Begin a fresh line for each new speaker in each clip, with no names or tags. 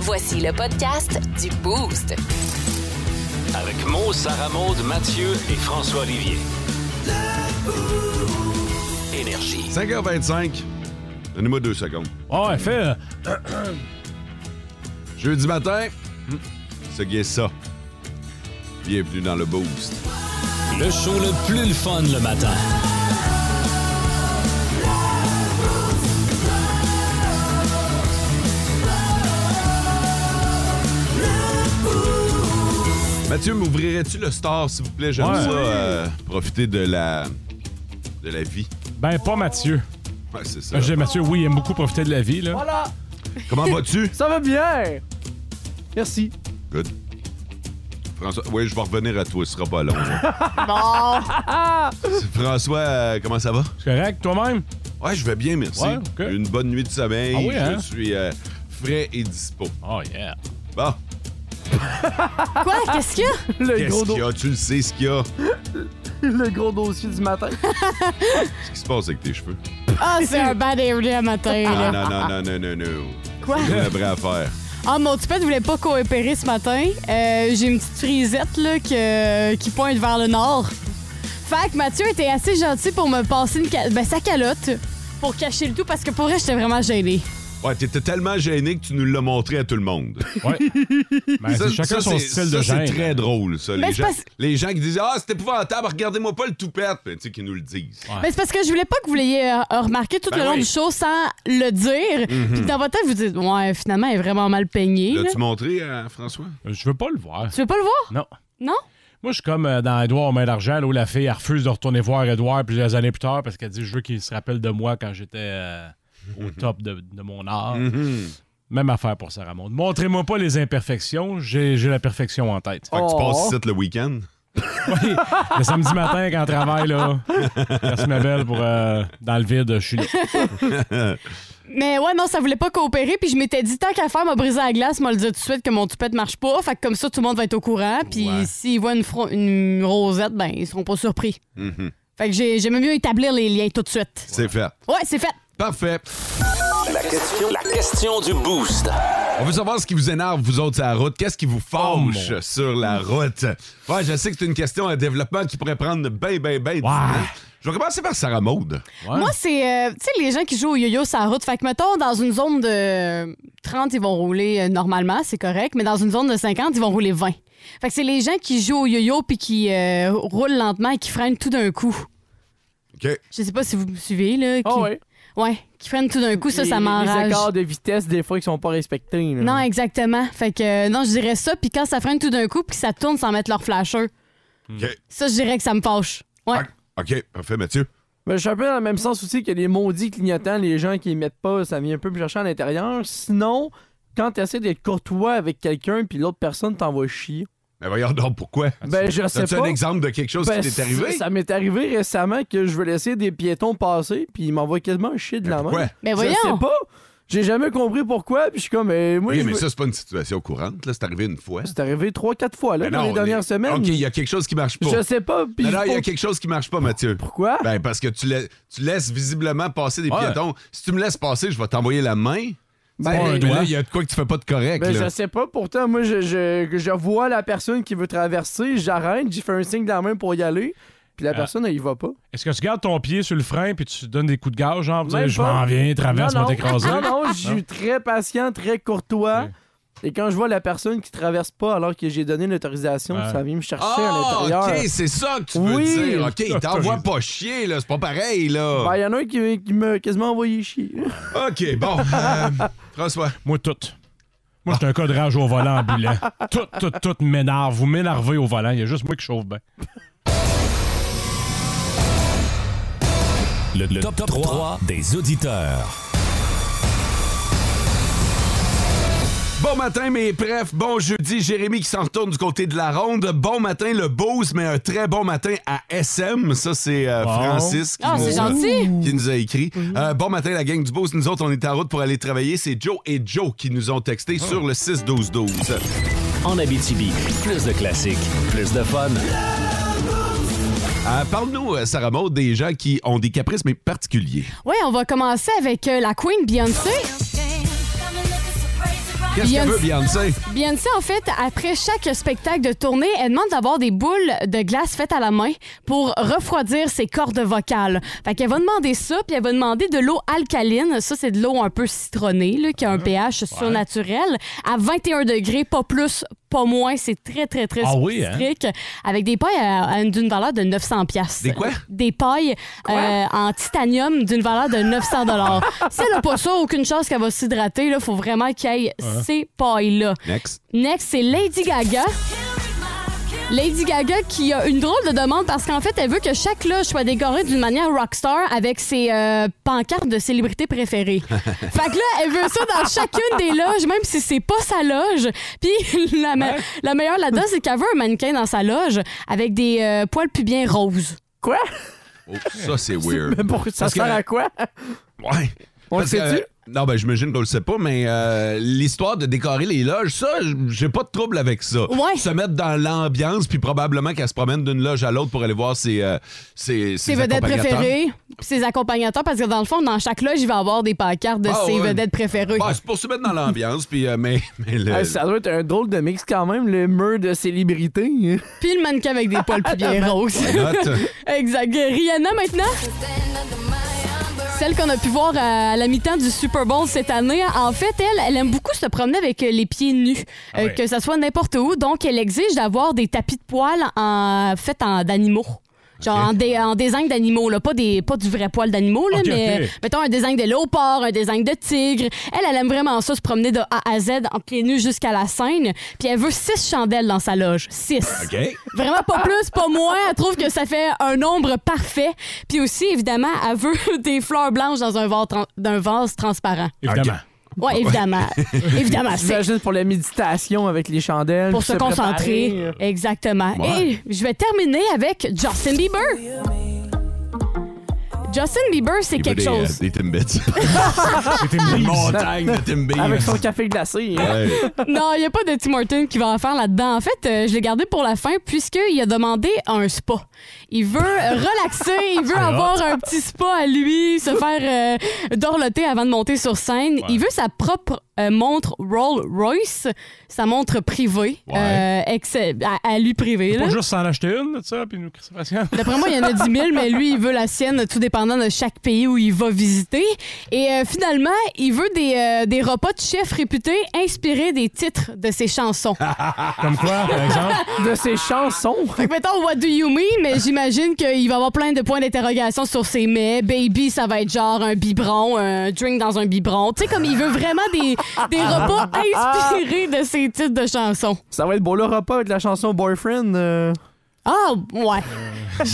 Voici le podcast du Boost.
Avec Mo, Sarah Maud, Mathieu et François Olivier. Énergie.
5h25. Donnez-moi deux secondes.
Oh, elle fait. euh,
Jeudi matin, Hum. c'est bien ça. Bienvenue dans le Boost.
Le show le plus le fun le matin.
Mathieu, m'ouvrirais-tu le store, s'il vous plaît? J'aime
Ouais.
ça. euh, profiter de la, de la vie.
Ben, pas Mathieu.
Ouais, c'est ça.
Moi, je dis, Mathieu, oui, il aime beaucoup profiter de la vie, là.
Voilà,
Comment vas-tu?
ça va bien. Merci.
Good. François, oui, je vais revenir à toi, ce sera pas long. là.
Bon,
François, euh, comment ça va?
C'est correct, toi-même?
Ouais, je vais bien, merci.
Ouais, ok.
Une bonne nuit de sommeil.
Ah oui,
je
hein?
suis euh, frais et dispo.
Oh, yeah.
Bon,
quoi? Qu'est-ce qu'il y a?
Le
qu'est-ce
gros,
qu'il y
do-
a? Tu le sais, ce qu'il y a.
le gros dossier du matin.
Qu'est-ce qui se passe avec tes cheveux?
Ah, c'est un bad every à matin.
Non,
là.
Ah, non, non, non, non, non, non.
Quoi?
C'est la vraie affaire.
Ah, mon petit pet voulait pas coopérer ce matin. Euh, J'ai une petite frisette là, que- euh, qui pointe vers le nord. Fait que Mathieu était assez gentil pour me passer une ca- ben, sa calotte pour cacher le tout parce que pour vrai, j'étais vraiment gênée.
Ouais, t'étais tellement gêné que tu nous l'as montré à tout le monde.
Ouais. Ben, c'est chacun son
c'est-
style
ça,
de
c'est
gêne. hein.
très drôle, ça. Les
Mais c'est
gens,
parce-
les gens qui disent Ah, c'est épouvantable, regardez-moi pas le toupette. Ben, tu sais, qui nous le disent.
Mais c'est parce que je voulais pas que vous l'ayez euh, remarqué tout
Ben
le long
oui. Mhm.
du show sans le dire. Puis que dans votre tête, vous dites, ouais, finalement, elle est vraiment mal peignée. là.
L'as-tu montré à François?
Euh, Je veux pas le voir.
Tu veux pas le voir?
Non.
Non?
Moi, je suis comme euh, dans Edouard aux mains d'argent, là, où la fille elle refuse de retourner voir Edouard plusieurs années plus tard parce qu'elle dit Je veux qu'il se rappelle de moi quand j'étais euh,
Mhm.
au top de, de mon art. Même affaire pour Sarah Maud. Montrez-moi pas les imperfections, j'ai j'ai la perfection en tête.
Fait que tu
Oh.
passes ici le week-end.
Oui, le samedi matin, quand on travaille, là, merci ma belle pour euh, dans le vide, je suis là.
Mais ouais, non, ça voulait pas coopérer. Puis je m'étais dit, tant qu'à faire m'a brisé la glace, m'a le dit tout de suite que mon toupette marche pas. Fait que comme ça, tout le monde va être au courant. Puis
Ouais.
s'ils voient une, fro- une rosette, ben, ils seront pas surpris.
Mhm.
Fait que j'ai- j'aimais mieux établir les liens tout de suite.
C'est fait.
Ouais, c'est fait.
Parfait.
La question, la question du boost.
On veut savoir ce qui vous énerve, vous autres, sur la route. Qu'est-ce qui vous fâche
Oh, mon-
sur la route? Ouais, je sais que c'est une question à développement qui pourrait prendre ben, ben, ben.
Ouais.
du temps. Je vais commencer par Sarah Maude.
Ouais.
Moi, c'est, euh, tu sais, les gens qui jouent au yo-yo sur la route. Fait que, mettons, dans une zone de 30, ils vont rouler euh, normalement, c'est correct. Mais dans une zone de 50, ils vont rouler 20. Fait que c'est les gens qui jouent au yo-yo puis qui euh, roulent lentement et qui freinent tout d'un coup.
OK.
Je sais pas si vous me suivez, là.
Ah
qui-
ouais.
Ouais, qui prennent tout d'un coup, ça,
Les-
ça
Les
m'enrage.
écarts de vitesse, des fois, qui sont pas respectés. là.
Non, exactement. Fait que, euh, non, je dirais ça. Puis quand ça freine tout d'un coup, puis que ça tourne sans mettre leur flasher,
OK.
ça, je dirais que ça me fâche. Ouais.
OK. Parfait, Mathieu.
Mais je suis un peu dans le même sens aussi que les maudits clignotants, les gens qui les mettent pas, ça vient un peu me chercher à l'intérieur. Sinon, quand tu essaies d'être courtois avec quelqu'un, puis l'autre personne t'envoie chier.
Ben voyons donc pourquoi.
Ben, je sais
As-tu un
pas.
exemple de quelque chose
Ben,
qui t'est arrivé?
Ça, ça m'est arrivé récemment que je veux laisser des piétons passer, puis ils m'envoient quasiment un chier de
Ben,
la main.
pourquoi?
Mais
Je sais
voyons.
pas. J'ai jamais compris pourquoi, puis je suis comme, euh, moi,
Oui,
je
mais
veux-
ça, c'est pas une situation courante. là. C'est arrivé une fois.
c'est arrivé 3-4 fois, là,
Ben
dans
non,
les dernières
mais-
semaines.
OK, il y a quelque chose qui marche pas.
Je sais pas, puis
Non,
je
non, il y a
pose-
quelque chose qui marche pas, Mathieu.
pourquoi?
Ben, parce que tu, la- tu laisses visiblement passer des
Ouais.
piétons. Si tu me laisses passer, je vais t'envoyer la main.
Ben,
Mais-
un
mais
doigt.
là, il y a de quoi que tu fais pas de correct.
Ben,
là.
je sais pas. Pourtant, moi, je, je, que je vois la personne qui veut traverser, j'arrête, j'y fais un signe de la main pour y aller, puis la
Ah.
personne, elle y va pas.
Est-ce que tu gardes ton pied sur le frein puis tu donnes des coups de gaz, genre, pour dire,
Même
je
pas.
m'en viens, traverse,
non,
moi
non.
t'écraser?
Non, non, je suis très patient, très courtois.
Ok.
Et quand je vois la personne qui traverse pas alors que j'ai donné l'autorisation,
Ah.
ça vient me chercher
Ah,
à l'intérieur.
OK, c'est ça que tu veux
Oui.
dire. OK, il t'envoie pas chier, là. C'est pas pareil, là.
Ben, y en a un qui, qui m'a quasiment envoyé chier.
OK, bon. euh, François.
Moi, tout. Moi, j'étais un cas de rage au volant ambulant. Tout, tout, tout m'énerve. Vous m'énervez au volant. Il y a juste moi qui chauffe bien.
Le, top, 3, des auditeurs.
Bon matin, mes prefs. Bon jeudi, Jérémy qui s'en retourne du côté de la ronde. Bon matin, le Bose, mais un très bon matin à SM. Ça, c'est euh,
Bon.
Francis qui,
Ah,
nous,
c'est gentil.
qui nous a écrit. Euh, bon matin, la gang du Bose. Nous autres, on est en route pour aller travailler. C'est Joe et Joe qui nous ont texté sur le 6-12-12.
En Abitibi, plus de classiques, plus de fun.
Euh, Parle-nous, euh, Sarah Maud, des gens qui ont des caprices, mais particuliers.
Ouais, on va commencer avec euh, la Queen Beyoncé.
Qu'est-ce qu'elle
Beyoncé-
veut, Beyoncé?
Beyoncé, en fait, après chaque spectacle de tournée, elle demande d'avoir des boules de glace faites à la main pour refroidir ses cordes vocales. Fait qu'elle va demander ça, puis elle va demander de l'eau alcaline. Ça, c'est de l'eau un peu citronnée, là, qui a
Mmh.
un pH surnaturel, à 21 degrés, pas plus, pas moins. C'est très, très, très
Ah oui, hein?
strict. Avec des pailles à- à- d'une valeur de 900 pièces.
Des quoi?
Des pailles euh, en titanium d'une valeur de 900 dollars. si elle n'a pas ça, aucune chance qu'elle va s'hydrater. Il faut vraiment qu'elle ait ces pailles-là.
Next.
Next, c'est Lady Gaga. Lady Gaga qui a une drôle de demande parce qu'en fait, elle veut que chaque loge soit décorée d'une manière rockstar avec ses euh, pancartes de célébrités préférées. fait que là, elle veut ça dans chacune des loges, même si c'est pas sa loge. Puis la, me- la meilleure là-dedans, c'est qu'elle veut un mannequin dans sa loge avec des euh, poils pubiens roses.
Quoi?
Oh, ça, c'est weird.
Mais pour, ça
Parce que-
sert à quoi?
Ouais.
On le
Parce que,
sait-tu?
euh, non, ben j'imagine qu'on le sait pas, mais euh, l'histoire de décorer les loges, ça, j'ai pas de trouble avec ça.
Ouais.
Se mettre dans l'ambiance, puis probablement qu'elle se promène d'une loge à l'autre pour aller voir ses, euh, ses, ses
Ses vedettes
accompagnateurs.
préférées, puis ses accompagnateurs, parce que dans le fond, dans chaque loge, il va avoir des pancartes de
Ah,
ses
ouais.
vedettes préférées.
Ouais, c'est pour se mettre dans l'ambiance, puis euh, mais, mais le-
Ah, ça doit être un drôle de mix quand même, le mur de célébrité. hein.
Puis le mannequin avec des poils pubiens roses.
note.
Exact. Rihanna maintenant. Celle qu'on a pu voir à la mi-temps du Super Bowl cette année, en fait, elle, elle aime beaucoup se promener avec euh, les pieds nus,
Ah
euh,
oui.
que ça soit n'importe où. Donc, elle exige d'avoir des tapis de poils en, faits en d'animaux. Genre en, dé- en design d'animaux, là. Pas, des, pas du vrai poil d'animaux, là,
Ok,
mais
ok.
mettons un design de léopard, un design de tigre. Elle, elle aime vraiment ça, se promener de A à Z en pieds nus jusqu'à la scène. Puis elle veut six chandelles dans sa loge. Six.
OK.
Vraiment pas plus, pas moins. Elle trouve que ça fait un nombre parfait. Puis aussi, évidemment, elle veut des fleurs blanches dans un vase, tran- d'un vase transparent.
Évidemment.
Ok.
Ouais, évidemment. évidemment, c'est
J'imagine pour la méditation avec les chandelles.
pour
puis
se concentrer.
préparer.
Exactement.
Ouais.
Et je vais terminer avec Justin Bieber. Justin Bieber, c'est
Il veut
quelque
des,
chose.
euh, des Timbits.
C'était une liste.
Montagne de Timbits.
Avec son café glacé. hein.
Ouais.
Non, il n'y a pas de Tim Horton qui va en faire là-dedans. En fait, euh, je l'ai gardé pour la fin puisqu'il a demandé un spa. Il veut relaxer, il veut avoir un petit spa à lui, se faire euh, dorloter avant de monter sur scène. Il veut sa propre euh, montre Rolls Royce, sa montre privée,
Ouais.
euh, ex- à, à lui privée. là.
Pas juste s'en acheter une, de ça, puis nous crisser patience.
D'après moi, il y en a 10 000, mais lui, il veut la sienne, tout dépendant de chaque pays où il va visiter. Et euh, finalement, il veut des, euh, des repas de chefs réputés inspirés des titres de ses chansons.
Comme quoi, par exemple?
De ses chansons.
Fait que mettons, what do you mean? Mais j'imagine qu'il va avoir plein de points d'interrogation sur ses mets. Baby, ça va être genre un biberon, un drink dans un biberon. Tu sais, comme il veut vraiment des, des repas inspirés de ses titres de chansons.
Ah. Ça va être beau le repas avec la chanson Boyfriend. euh.
Ah, ouais.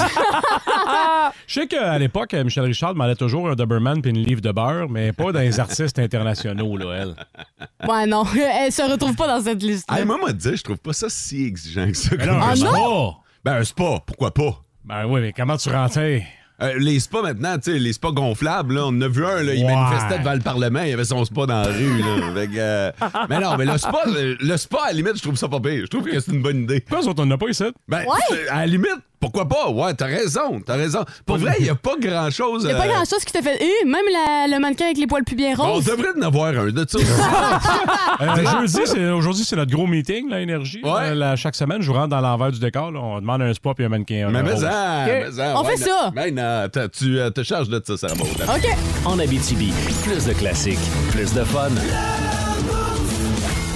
Je sais qu'à l'époque, euh, Michel Richard demandait toujours un Doberman puis une livre de beurre, mais pas dans les artistes internationaux, là, elle.
Ouais, non. Elle se retrouve pas dans cette liste.
Hey, moi, moi, dire, je trouve pas ça si exigeant que ça.
non,
Ah
un
non?
spa!
Ben, un spa, pourquoi pas?
Ben oui, mais comment tu rentrais?
Euh, les spas maintenant, tu sais, les spas gonflables, là, on en a vu un, là, il
Ouais.
manifestait devant le Parlement, il avait son spa dans la rue. Là, Fait que, euh, mais non, mais le spa, le, le spa, à la limite, je trouve ça pas pire. Je trouve que c'est une bonne idée.
Pourquoi les autres, on n'a pas ici?
Ben, c'est- à la limite, pourquoi pas? Ouais, t'as raison, t'as raison. Pour vrai, il n'y a pas grand-chose.
Il a pas
euh,
grand chose qui te fait. Eh, même la- le mannequin avec les poils pubiens
on
roses.
devrait en avoir un de ça. Ouais,
Euh, jeudi, c'est- aujourd'hui, c'est notre gros meeting, là, Énergie.
Ouais.
Euh, là, chaque semaine, je vous rentre dans l'envers du décor. là. on demande un spa puis un mannequin.
mais
un
mais
rose.
ça, mais ça,
On
ouais,
fait
non.
ça.
Ben, non, t'as- tu euh, te charges de ça, Sarah Maud.
OK.
En Abitibi, plus de classiques, plus de fun.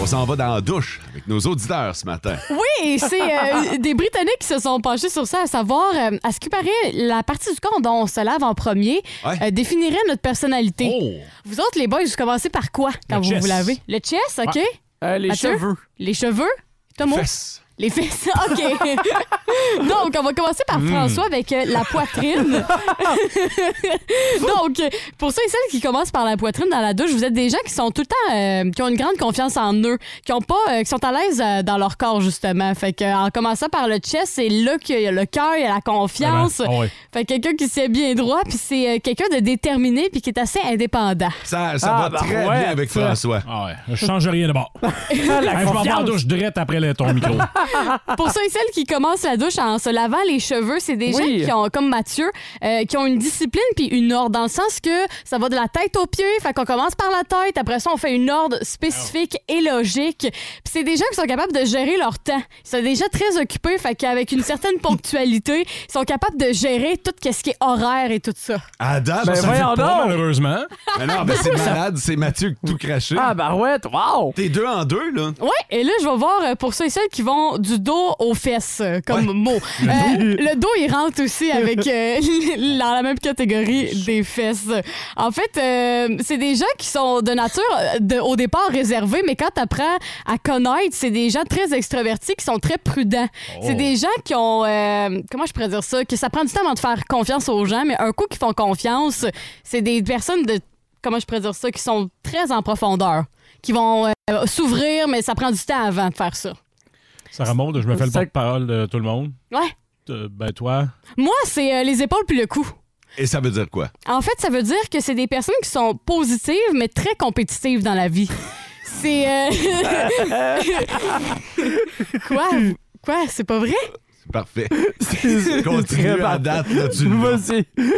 On s'en va dans la douche avec nos auditeurs ce matin.
Oui, et c'est euh, des Britanniques qui se sont penchés sur ça, à savoir, euh, à ce qui paraît, la partie du corps dont on se lave en premier
Ouais.
euh, définirait notre personnalité.
Oh!
Vous autres, les boys, vous commencez par quoi quand
Le
vous
chest.
vous lavez? Le chest, OK?
Euh, les
Mathieu?
cheveux.
Les cheveux? Thomas?
Fesses.
Les fesses, OK. Donc, on va commencer par François avec euh, la poitrine. Donc, euh, pour ceux et celles qui commencent par la poitrine dans la douche, vous êtes des gens qui sont tout le temps, euh, qui ont une grande confiance en eux, qui ont pas, euh, qui sont à l'aise euh, dans leur corps, justement. Fait que, euh, en commençant par le chest, c'est là qu'il y a le cœur, il y a la confiance.
Vraiment? Ah ouais.
Fait que quelqu'un qui sait bien droit, puis c'est euh, quelqu'un de déterminé, puis qui est assez indépendant.
Ça, ça
Ah,
va
ben
très
ouais,
bien avec
ça.
François.
Ah ouais. Je change rien de bord.
Ah, la
Hey, je m'en vais en
confiance.
douche direct après le- ton micro.
Pour ceux et celles qui commencent la douche en se lavant les cheveux, c'est des
Oui.
gens qui ont, comme Mathieu, euh, qui ont une discipline puis une ordre, dans le sens que ça va de la tête aux pieds, fait qu'on commence par la tête, après ça, on fait une ordre spécifique et logique. Puis c'est des gens qui sont capables de gérer leur temps. Ils sont déjà très occupés, fait qu'avec une certaine ponctualité, ils sont capables de gérer tout ce qui est horaire et tout ça.
À date,
Ben
ça fait-
voyons
Pas
donc!
malheureusement.
Mais non, ben c'est malade, c'est Mathieu qui tout craché.
Ah, barouette, wow!
T'es deux en deux, là.
Ouais, et là, je vais voir euh, pour ceux et celles qui vont du dos aux fesses euh, comme
Ouais.
mot. Euh, le dos, il rentre aussi avec euh, dans la même catégorie des fesses. En fait, euh, c'est des gens qui sont de nature euh, de- au départ réservés, mais quand tu apprends à connaître, c'est des gens très extravertis qui sont très prudents. C'est des gens qui ont euh, comment je pourrais dire ça, que ça prend du temps avant de faire confiance aux gens, mais un coup qu'ils font confiance, c'est des personnes de comment je pourrais dire ça, qui sont très en profondeur, qui vont euh, s'ouvrir, mais ça prend du temps avant de faire ça.
Sarah Maud, je me fais le
Ça-
porte-parole de tout le monde.
Ouais.
Euh, ben, toi.
Moi, c'est euh, les épaules puis le cou.
Et ça veut dire quoi?
En fait, ça veut dire que c'est des personnes qui sont positives, mais très compétitives dans la vie. C'est. euh, Quoi? Quoi? C'est pas vrai?
C'est parfait.
C'est
Continue à
parfait.
date, là, tu le vois.
Vas-y.
Puis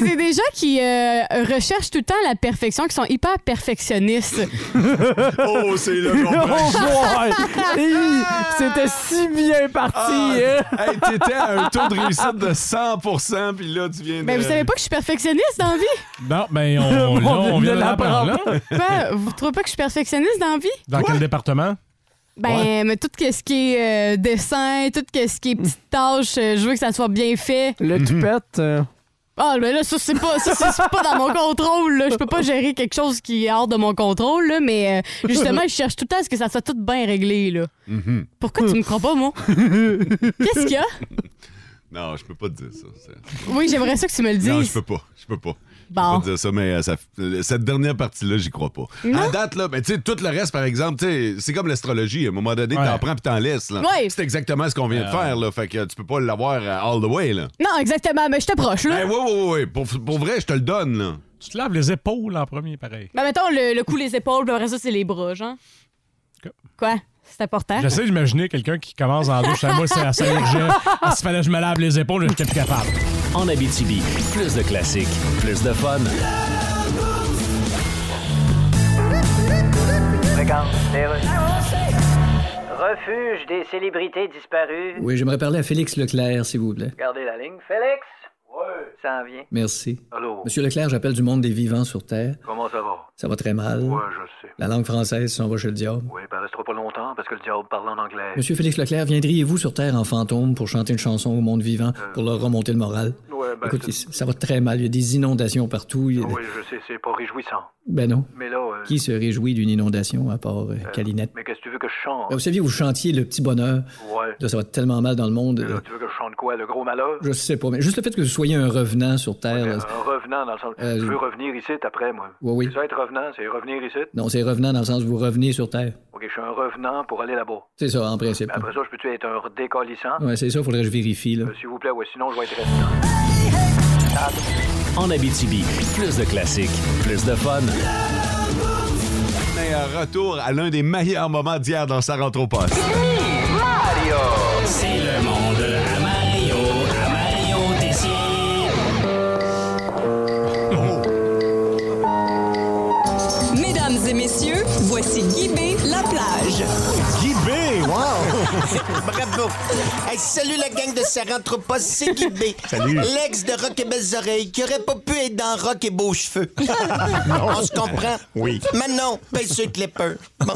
C'est des gens qui euh, recherchent tout le temps la perfection, qui sont hyper perfectionnistes. Ben,
Oh, c'est le bon
Oh boy! Hey, C'était si bien parti! hein.
Ah, Hey, t'étais à un taux de réussite de 100%, puis là, tu viens de...
Mais vous savez pas que je suis perfectionniste dans la vie?
Non, ben, on, là, on vient de l'apprendre. là.
Quoi? Vous trouvez pas que je suis perfectionniste dans la vie?
Dans quel département?
Ben, mais tout que ce qui est euh, dessin, tout que ce qui est petites tâches, euh, je veux que ça soit bien fait.
Le
Mhm.
tupette. euh,
Ah, mais là, ça, c'est pas, ça, c'est- c'est pas dans mon contrôle. Là. Je peux pas gérer quelque chose qui est hors de mon contrôle, là, mais euh, justement, je cherche tout le temps à ce que ça soit tout bien réglé. Là.
Mhm.
Pourquoi tu me crois pas, moi? Qu'est-ce qu'il y a?
Non, je peux pas te dire ça. c'est-
Oui, j'aimerais ça que tu me le dises.
Non, je peux pas. Je peux pas.
Bon.
Je peux pas dire ça, mais euh, ça- euh, cette dernière partie-là, j'y crois pas. À date, là, ben, tu sais, tout le reste, par exemple, tu sais, c'est comme l'astrologie. À un moment donné,
Ouais.
t'en prends puis t'en laisses. là.
Ouais.
C'est exactement ce qu'on vient de faire, là. Fait que euh, tu peux pas l'avoir euh, all the way, là.
Non, exactement, mais je t'approche, là.
Ben, ouais, ouais, ouais, ouais. Pour, pour vrai, je te le donne, là.
Tu te laves les épaules en premier, pareil.
Ben, mettons, le, le cou, les épaules, puis après ça, c'est les bras, genre.
Ok.
Quoi? C'est important?
J'essaie d'imaginer quelqu'un qui commence en douche. Moi, c'est assez urgent. S'il fallait que je me lave les épaules, j'étais plus capable.
En Abitibi, plus de classiques, plus de fun.
Regarde, c'est re- Refuge des célébrités disparues.
Oui, j'aimerais parler à Félix Leclerc, s'il vous plaît.
Gardez la ligne. Félix? Ouais. Ça en vient.
Merci.
Allô?
Monsieur Leclerc, j'appelle du monde des vivants sur Terre.
Comment ça va?
Ça va très mal.
je sais.
La langue française s'en va chez le diable.
Oui, ben restera pas longtemps parce que le diable parle en anglais.
Monsieur Félix Leclerc, viendriez-vous sur Terre en fantôme pour chanter une chanson au monde vivant, pour leur remonter le moral?
Euh. Ouais, ben,
Écoute,
c'est-
ça va très mal. Il y a des inondations partout. Il y a-
Ah Oui, je sais, c'est pas réjouissant.
Ben non.
Mais là, euh,
Qui se réjouit d'une inondation à part euh, Calinette?
mais qu'est-ce que tu veux que je chante?
Ah, Vous saviez, vous chantiez Le Petit Bonheur.
Ouais.
Là, ça va tellement mal dans le monde.
Là, tu veux que je chante quoi? Le gros malheur?
Je sais pas, mais juste le fait que vous soyez un revenant sur Terre... là,
Un revenant dans le sens.
Euh,
je veux revenir ici après, moi.
Oui, oui.
Tu veux être revenant, c'est revenir ici?
Non, c'est revenant dans le sens où vous revenez sur Terre.
Ok, je suis un revenant pour aller là-bas.
C'est ça, en principe.
Mais après ça, je peux-tu être un décollissant?
Ouais, c'est ça, faudrait que je vérifie, là.
Euh, S'il vous plaît, ouais, sinon je vais être restant.
En Abitibi, plus de classiques, plus de fun.
Mais euh, retour à l'un des meilleurs moments d'hier dans sa rentre au poste.
C'est le monde à Mario, à Mario Tessier.
Mesdames et messieurs, voici Guy B. La plage.
Guy B, wow! Bravo! Hey, salut la gang de Sarantropos, c'est Guy B. Salut! L'ex de Rock et Belles Oreilles qui aurait pas pu être dans Rock et Beaux Cheveux. On se comprend? Oui. Maintenant, ben sur Clipper. Bon.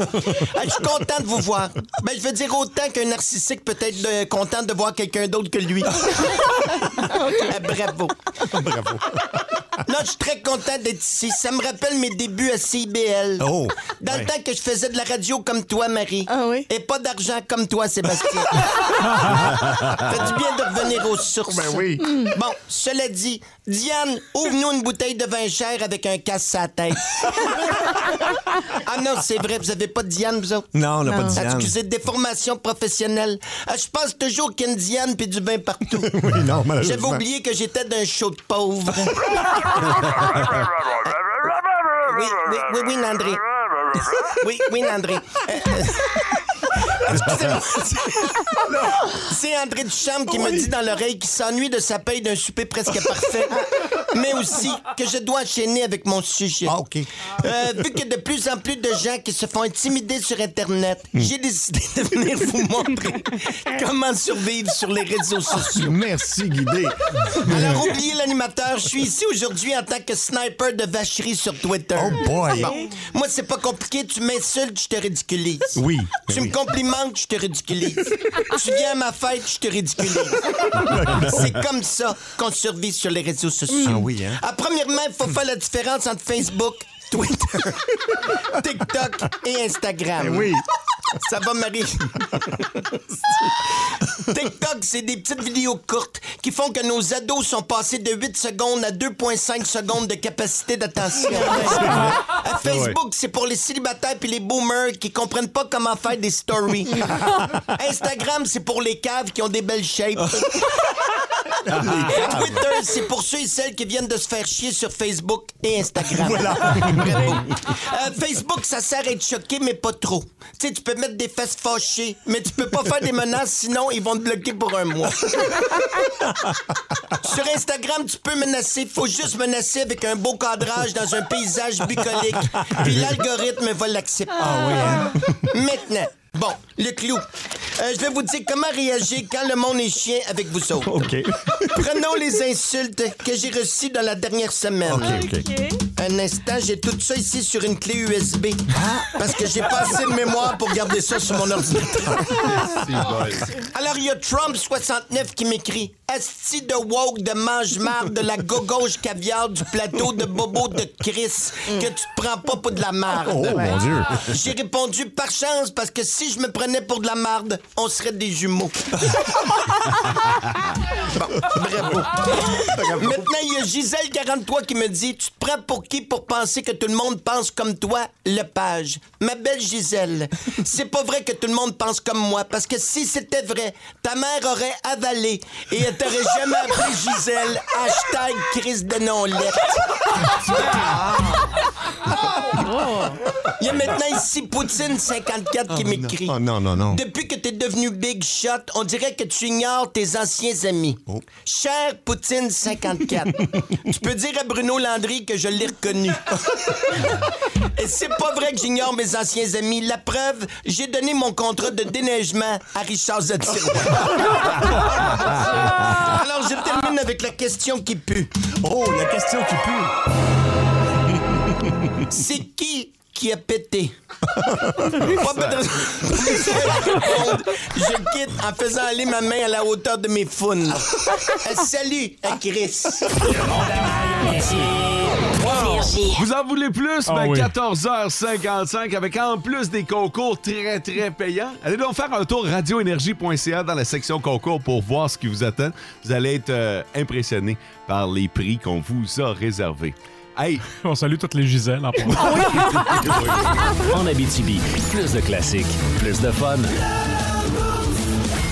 Hey, je suis content de vous voir. Ben, je veux dire autant qu'un narcissique peut être euh, content de voir quelqu'un d'autre que lui. Ah, Bravo. Bravo. Non, je suis très content d'être ici. Ça me rappelle mes débuts à CBL. Oh. Dans le temps que je faisais de la radio comme toi, Marie.
Ah oui?
Et pas d'argent comme toi, Sébastien. Fait du bien de revenir aux sources. Ben oui. Bon, cela dit, Diane, ouvre-nous une bouteille de vin cher avec un casse à la tête. ah non, c'est vrai, vous avez pas de Diane, vous autres? Non, on n'a pas de Diane. Excusez, déformation professionnelle. Ah, Je pense toujours qu'il y a une Diane puis du vin partout. oui, non, J'avais oublié que j'étais d'un show de pauvre. oui, oui, oui, oui, Nandré. Oui, oui, Nandré. Euh, euh, Excusez-moi. C'est André Duchamp qui me dit dans l'oreille qu'il s'ennuie de sa paye d'un souper presque parfait, mais aussi que je dois enchaîner avec mon sujet.
Ah,
Euh, vu qu'il y a de plus en plus de gens qui se font intimider sur Internet, j'ai décidé de venir vous montrer comment survivre sur les réseaux sociaux.
Merci, Guidé.
Alors, oubliez l'animateur, je suis ici aujourd'hui en tant que sniper de vacherie sur Twitter. Oh
boy.
Moi, c'est pas compliqué, tu m'insultes, je te ridiculise.
Oui, mais
Tu
oui.
me complimentes, je te ridiculise. tu viens à ma fête, je te ridiculise. c'est comme ça qu'on survit sur les réseaux sociaux.
Ah oui, hein?
Ah, premièrement, il faut faire la différence entre Facebook, Twitter, TikTok et Instagram.
Eh oui.
Ça va, Marie? TikTok, c'est des petites vidéos courtes qui font que nos ados sont passés de 8 secondes à 2,5 secondes de capacité d'attention. à Facebook, c'est pour les célibataires puis les boomers qui comprennent pas comment faire des stories. Instagram, c'est pour les caves qui ont des belles shapes. Et Twitter, c'est pour ceux et celles qui viennent de se faire chier sur Facebook et Instagram. Bravo. Euh, Facebook, ça sert à être choqué, mais pas trop. Tu sais, tu peux mettre des fesses fâchées, mais tu peux pas faire des menaces, sinon ils vont te bloquer pour un mois. Sur Instagram, tu peux menacer. Faut juste menacer avec un beau cadrage dans un paysage bucolique. Puis l'algorithme va l'accepter. Maintenant, bon, le clou. Euh, je vais vous dire comment réagir quand le monde est chien avec vous autres.
OK.
Prenons les insultes que j'ai reçues dans la dernière semaine. Un instant, j'ai tout ça ici sur une clé USB. Parce que j'ai pas assez de mémoire pour garder ça sur mon ordinateur.
Ah.
Alors, il y a Trump69 qui m'écrit Asti de woke, de mange-marde, de la gauche caviar, du plateau de Bobo de Chris, que tu te prends pas pour de la marde.
Oh, mon Dieu.
J'ai répondu par chance parce que si je me prenais pour de la marde, on serait des jumeaux. Bravo. Maintenant, il y a Gisèle43 qui me dit Tu te prends pour qui pour penser que tout le monde pense comme toi, Lepage Ma belle Gisèle, c'est pas vrai que tout le monde pense comme moi, parce que si c'était vrai, ta mère aurait avalé et elle t'aurait jamais appelé Gisèle. Hashtag crise de non-lettre. Il y a maintenant ici Poutine54
Ah,
qui m'écrit.
Oh non, non, non.
Depuis que t'es devenu Big Shot, on dirait que tu ignores tes anciens amis.
Oh.
Cher Poutine 54, tu peux dire à Bruno Landry que je l'ai reconnu. Et c'est pas vrai que j'ignore mes anciens amis. La preuve, j'ai donné mon contrat de déneigement à Richard Zetiroy. Ah, Alors, je termine avec la question qui pue.
Oh, la question qui pue.
C'est qui qui a pété? Pas pété- Je quitte en faisant aller ma main à la hauteur de mes founes. Euh, Salut à Chris.
Vous en voulez plus?
Ah
Ben,
oui.
14h55 avec en plus des concours très, très payants. Allez donc faire un tour radioénergie.ca dans la section concours pour voir ce qui vous attend. Vous allez être euh, impressionné par les prix qu'on vous a réservés. Hey,
On salue toutes les Giselles en passant.
En Abitibi, plus de classiques, plus de fun.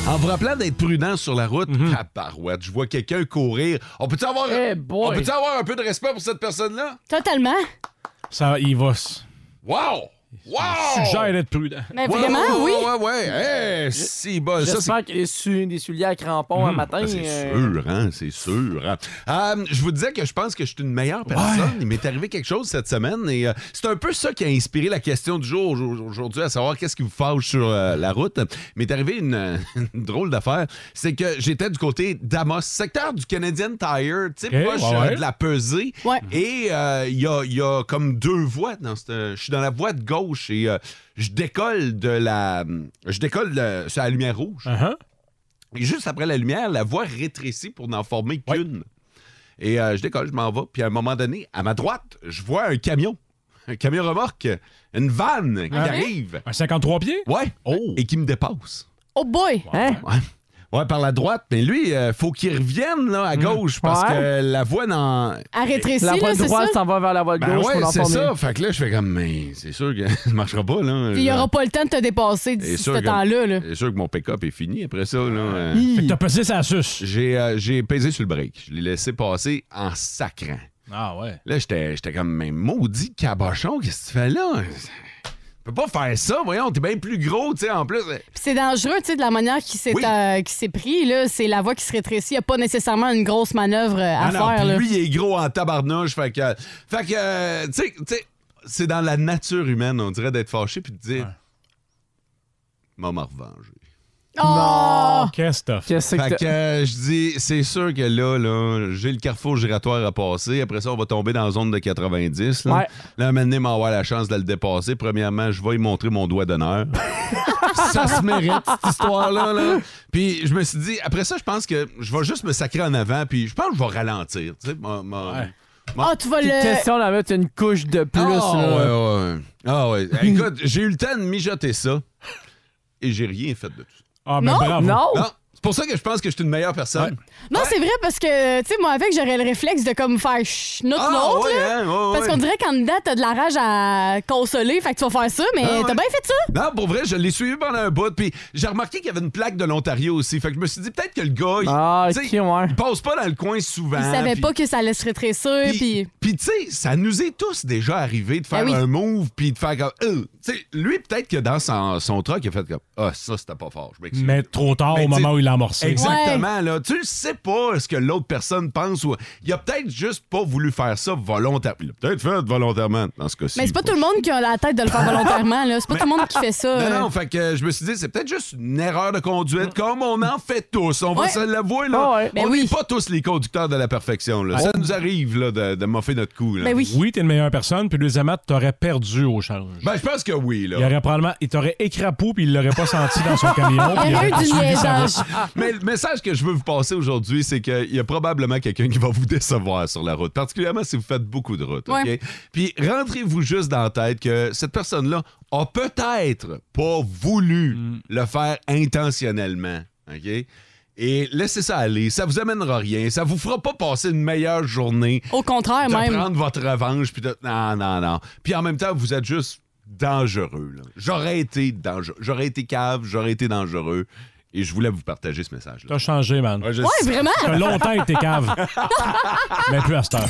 en vous rappelant d'être prudent sur la route,
Mhm.
tabarouette, je vois quelqu'un courir. On peut-tu avoir,
Eh boy.
on peut-tu avoir un peu de respect pour cette personne-là?
Totalement.
Ça, il va. s-
Wow! Wow!
Suggère d'être prudent.
Mais
Ouais,
vraiment,
Oh! ouais,
oui.
Ouais, ouais, ouais. Hey, si, bon, ça, c'est
J'espère qu'il y a des su- des souliers à crampons un matin.
Ben, c'est
euh,
sûr, hein, c'est sûr. hein. Euh, je vous disais que je pense que je suis une meilleure personne. Il m'est arrivé quelque chose cette semaine et euh, c'est un peu ça qui a inspiré la question du jour au- aujourd'hui, à savoir qu'est-ce qui vous fâche sur euh, la route. Il m'est arrivé une, euh, une drôle d'affaire, c'est que j'étais du côté d'Amos, secteur du Canadian Tire, tu sais,
Ok,
proche
ouais,
euh,
ouais.
de la pesée.
Ouais.
Et euh, il y, a, il y a comme deux voies dans cette. Je suis dans la voie de gauche et euh, je décolle de la. Je décolle de- sur la lumière rouge.
Uh-huh.
Et juste après la lumière, la voie rétrécit pour n'en former qu'une. Et euh, je décolle, je m'en vais. Puis à un moment donné, à ma droite, je vois un camion. Un camion remorque. Une vanne qui arrive.
Un 53 pieds?
Ouais.
Oh.
Et qui me dépasse.
Oh boy!
Hein?
Ouais. Ouais, par la droite. Mais lui, euh, faut qu'il revienne là, à gauche parce
Mm. Ouais.
que la voie n'en.
À rétrécir,
La voie
là, c'est ça?
droite s'en va vers la voie
Ben
gauche
ouais,
pour en
c'est
former.
ça. Fait que là, je fais comme, mais c'est sûr que ça marchera pas, là.
Il n'y aura pas le temps de te dépasser
C'est
d'ici
sûr
ce
que-
temps-là. là.
C'est sûr que mon pick-up est fini après ça, là. Euh,
Fait que t'as passé sa suce.
J'ai euh, j'ai pesé sur le break. Je l'ai laissé passer en sacrant.
Ah ouais.
Là, j'étais j'étais comme, mais maudit cabochon, qu'est-ce que tu fais là? peux pas faire ça, voyons, t'es bien plus gros, tu sais, en plus.
Puis c'est dangereux, tu sais, de la manière qui s'est, euh, qui s'est pris. Là, c'est la voie qui se rétrécit. Il n'y a pas nécessairement une grosse manœuvre euh, à
Ah non,
faire.
puis
là.
lui, il est gros en tabarnouche. Fait que, fait que euh, tu sais- tu sais, c'est dans la nature humaine, on dirait, d'être fâché puis de dire Maman m'en revenger.
Oh!
Non! Christophe.
Fait que euh, je dis, c'est sûr que là, là j'ai le carrefour giratoire à passer. Après ça, on va tomber dans la zone de 90. Là,
Ouais.
là maintenant, m'en avoir la chance de le dépasser. Premièrement, je vais y montrer mon doigt d'honneur. ça se mérite, cette histoire-là. là. Puis je me suis dit, après ça, je pense que je vais juste me sacrer en avant. Puis je pense que je vais ralentir. Tu sais, ma- ma- ma-
Ah, tu vas
C'est
le.
question d'en mettre une couche de plus.
Ah
là.
ouais, ouais. Ah ouais. Écoute, j'ai eu le temps de mijoter ça et j'ai rien fait de tout ça.
Ah, mais Non. bravo. Non.
C'est pour ça que je pense que je suis une meilleure personne.
Non, c'est vrai parce que, tu sais, moi, avec, j'aurais le réflexe de comme faire ch- notre
Ah,
montre.
ouais,
là.
hein, ouais,
parce
ouais.
qu'on dirait qu'en dedans, t'as de la rage à consoler. Fait que tu vas faire ça, mais
Ah, ouais.
t'as bien fait ça.
Non, pour vrai, je l'ai suivi pendant un bout. Puis j'ai remarqué qu'il y avait une plaque de l'Ontario aussi. Fait que je me suis dit, peut-être que le gars, il, tu sais, il passe pas dans le coin souvent.
Ah, Il savait
Ah, puis-
pas que ça allait se rétrécir. Puis.
Puis, tu sais, ça nous est tous déjà arrivé de faire
Ben oui.
un move puis de faire comme. Euh. Tu sais, lui, peut-être que dans son, son truck, il a fait comme. Ah, ça, c'était pas fort. Je m'excuse.
Mais trop tard
Mais
au
tu sais,
moment où il l'a amorcé.
Exactement, là. Tu le sais pas ce que l'autre personne pense ou. Il a peut-être juste pas voulu faire ça volontairement. Il l'a peut-être fait volontairement, dans ce cas-ci.
Mais c'est pas tout le monde qui a la tête de le faire volontairement. là. C'est pas tout le monde qui fait ça.
Ah. Non,
euh.
non, fait que euh, je me suis dit, c'est peut-être juste une erreur de conduite, comme on en fait tous. On va
Ouais.
se l'avouer, là.
Ah ouais. Ben
On n'est
oui.
pas tous les conducteurs de la perfection, là.
Ah.
Ça nous arrive, là, de, de moffer notre coup, là.
Ben
oui. t'es une meilleure personne, puis deuxièmement, t'aurais perdu au challenge.
Ben, je pense que oui, là.
Il aurait probablement. Il t'aurait écrapou, puis il l'aurait pas senti dans son camion. puis aurait poursuivi sa route.
Mais le message que je veux vous passer aujourd'hui, c'est qu'il y a probablement quelqu'un qui va vous décevoir sur la route, particulièrement si vous faites beaucoup de route. OK?
Ouais.
Puis rentrez-vous juste dans la tête que cette personne-là a peut-être pas voulu
Mm.
le faire intentionnellement. OK? Et laissez ça aller, ça vous amènera rien, ça vous fera pas passer une meilleure journée.
Au contraire,
de
même.
prendre votre revanche puis de non non non. Puis en même temps, vous êtes juste dangereux. là. J'aurais été dangereux, j'aurais été cave, j'aurais été dangereux et je voulais vous partager ce message là.
T'as changé, man.
je Ouais, sais. vraiment?
T'as longtemps été cave. Mais plus à cette heure.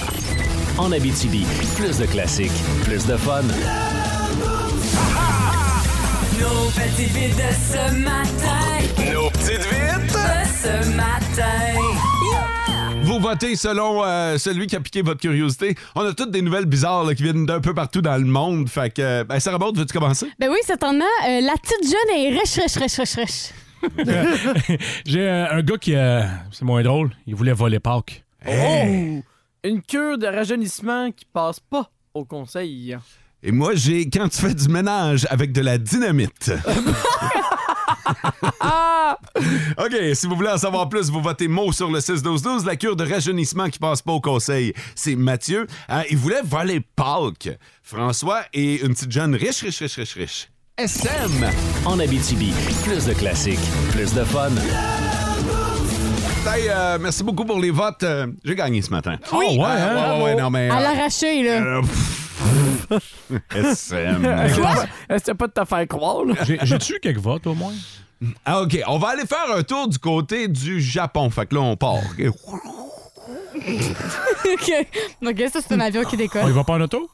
En Abitibi, plus de classiques, plus de fun.
Nos petites vites de ce matin.
Nos petites vites
de ce matin.
Vous votez selon euh, celui qui a piqué votre curiosité. On a toutes des nouvelles bizarres là, qui viennent d'un peu partout dans le monde. Fait que, euh, ben, Sarah Baud, veux-tu commencer?
Ben oui, certainement. Euh, la petite jeune est riche, riche, riche, riche, riche.
J'ai euh, un gars qui. euh, c'est moins drôle. Il voulait voler Pâques.
Oh! Une cure de rajeunissement qui passe pas au conseil.
Et moi, j'ai quand tu fais du ménage avec de la dynamite.
Ah!
OK, si vous voulez en savoir plus, vous votez mot sur le 6-12-12. La cure de rajeunissement qui passe pas au conseil, c'est Mathieu. Hein, il voulait voler Pâques. François et une petite jeune riche, riche, riche, riche, riche. SM.
En Abitibi, plus de classiques, plus de fun.
Hey, euh, merci beaucoup pour les votes. Euh, j'ai gagné ce matin.
Oui.
Ah,
hein?
ouais, ouais, non, mais...
À
euh,
l'arraché, là.
euh, SM.
C'était pas de te faire croire, là.
J'ai-tu quelques votes, au moins?
Ah, OK. On va aller faire un tour du côté du Japon. Fait que là, on part. OK.
OK. Donc, ça, c'est un avion qui
On y
décolle.
va pas en auto?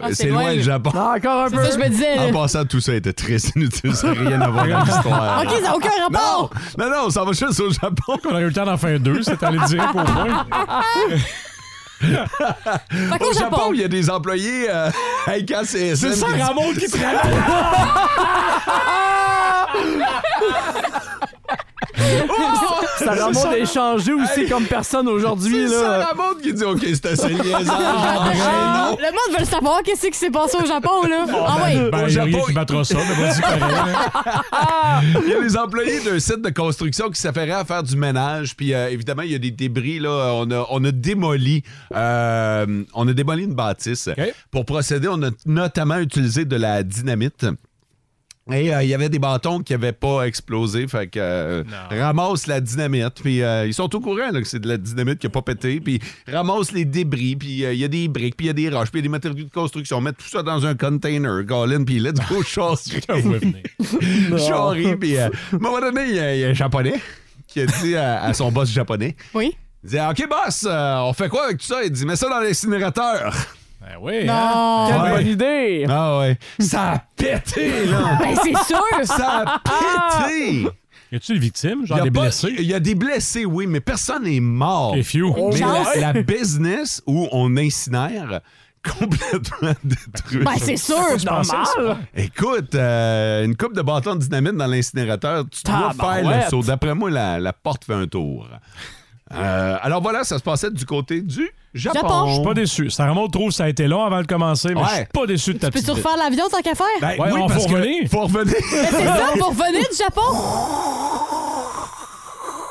Ah,
c'est loin, le Japon.
encore un
C'est peu. ça, je me disais, là.
En passant, tout ça était très inutile. Ça n'a rien à voir avec l'histoire. Ah,
OK, ça n'a aucun rapport.
Non, non, ça va juste au Japon.
On aurait eu le temps d'en faire deux, c'est allé direct au point.
Au Japon, il y a des employés. Euh, hey, quand c'est SM
ça,
dit-
Ramon, qui te rappelle.
Ça remonte à échanger aussi comme personne aujourd'hui.
C'est
là.
ça, la montre qui dit OK, c'est assez liaisant.
Ah, Le monde veut le savoir, qu'est-ce qui s'est passé au Japon, là? Ah oui.
Ben,
Au
il y a rien
Japon,
qui battra ça, mais vas-y, hein. correct.
Ah!
Il y a des employés d'un site de construction qui s'affairaient à faire du ménage. Puis euh, évidemment, il y a des débris. Là. On, a, on a démoli euh, on a démoli une bâtisse. Pour procéder, on a notamment utilisé de la dynamite. Et euh, il y avait des bâtons qui n'avaient pas explosé. Fait que euh, ramasse la dynamite. Puis euh, ils sont au courant là, que c'est de la dynamite qui n'a pas pété. Puis ramasse les débris. Puis euh, il y a des briques. Puis il y a des roches. Puis il y a des matériaux de construction. Mettre tout ça dans un container. Colin. Puis let's go, chasser. Chari, puis euh, à un moment donné, il y, a- il y a un japonais qui a dit euh, à, à Ah, son boss japonais.
Oui.
Il dit OK, boss, euh, on fait quoi avec tout ça? Il dit Mets ça dans l'incinérateur.
Ben oui.
Non.
hein?
Quelle bonne
idée.
Ah ouais. Ça a pété, là.
Ben, c'est sûr.
Ça a pété.
Y a-tu des victimes,
Il
genre
y a
des
pas-
blessés?
Il y a des blessés, oui, mais personne n'est mort.
Et few.
Mais
Une chance.
la, la business où on incinère complètement détruite.
Ben, c'est sûr, c'est normal.
Écoute, euh, une coupe de bâton de dynamite dans l'incinérateur, tu dois faire
Tabarouette.
le saut. D'après moi, la, la porte fait un tour. Euh, alors voilà, ça se passait du côté du Japon.
Je suis pas déçu. Ça remonte trop, ça a été long avant de commencer, mais je suis
Ouais.
pas déçu de ta
Peux-tu
petite
refaire l'avion tant qu'à faire?
Ben, Ouais, oui, on parce faut que- revenir.
Faut revenir.
Ben, c'est ça, pour revenir du Japon.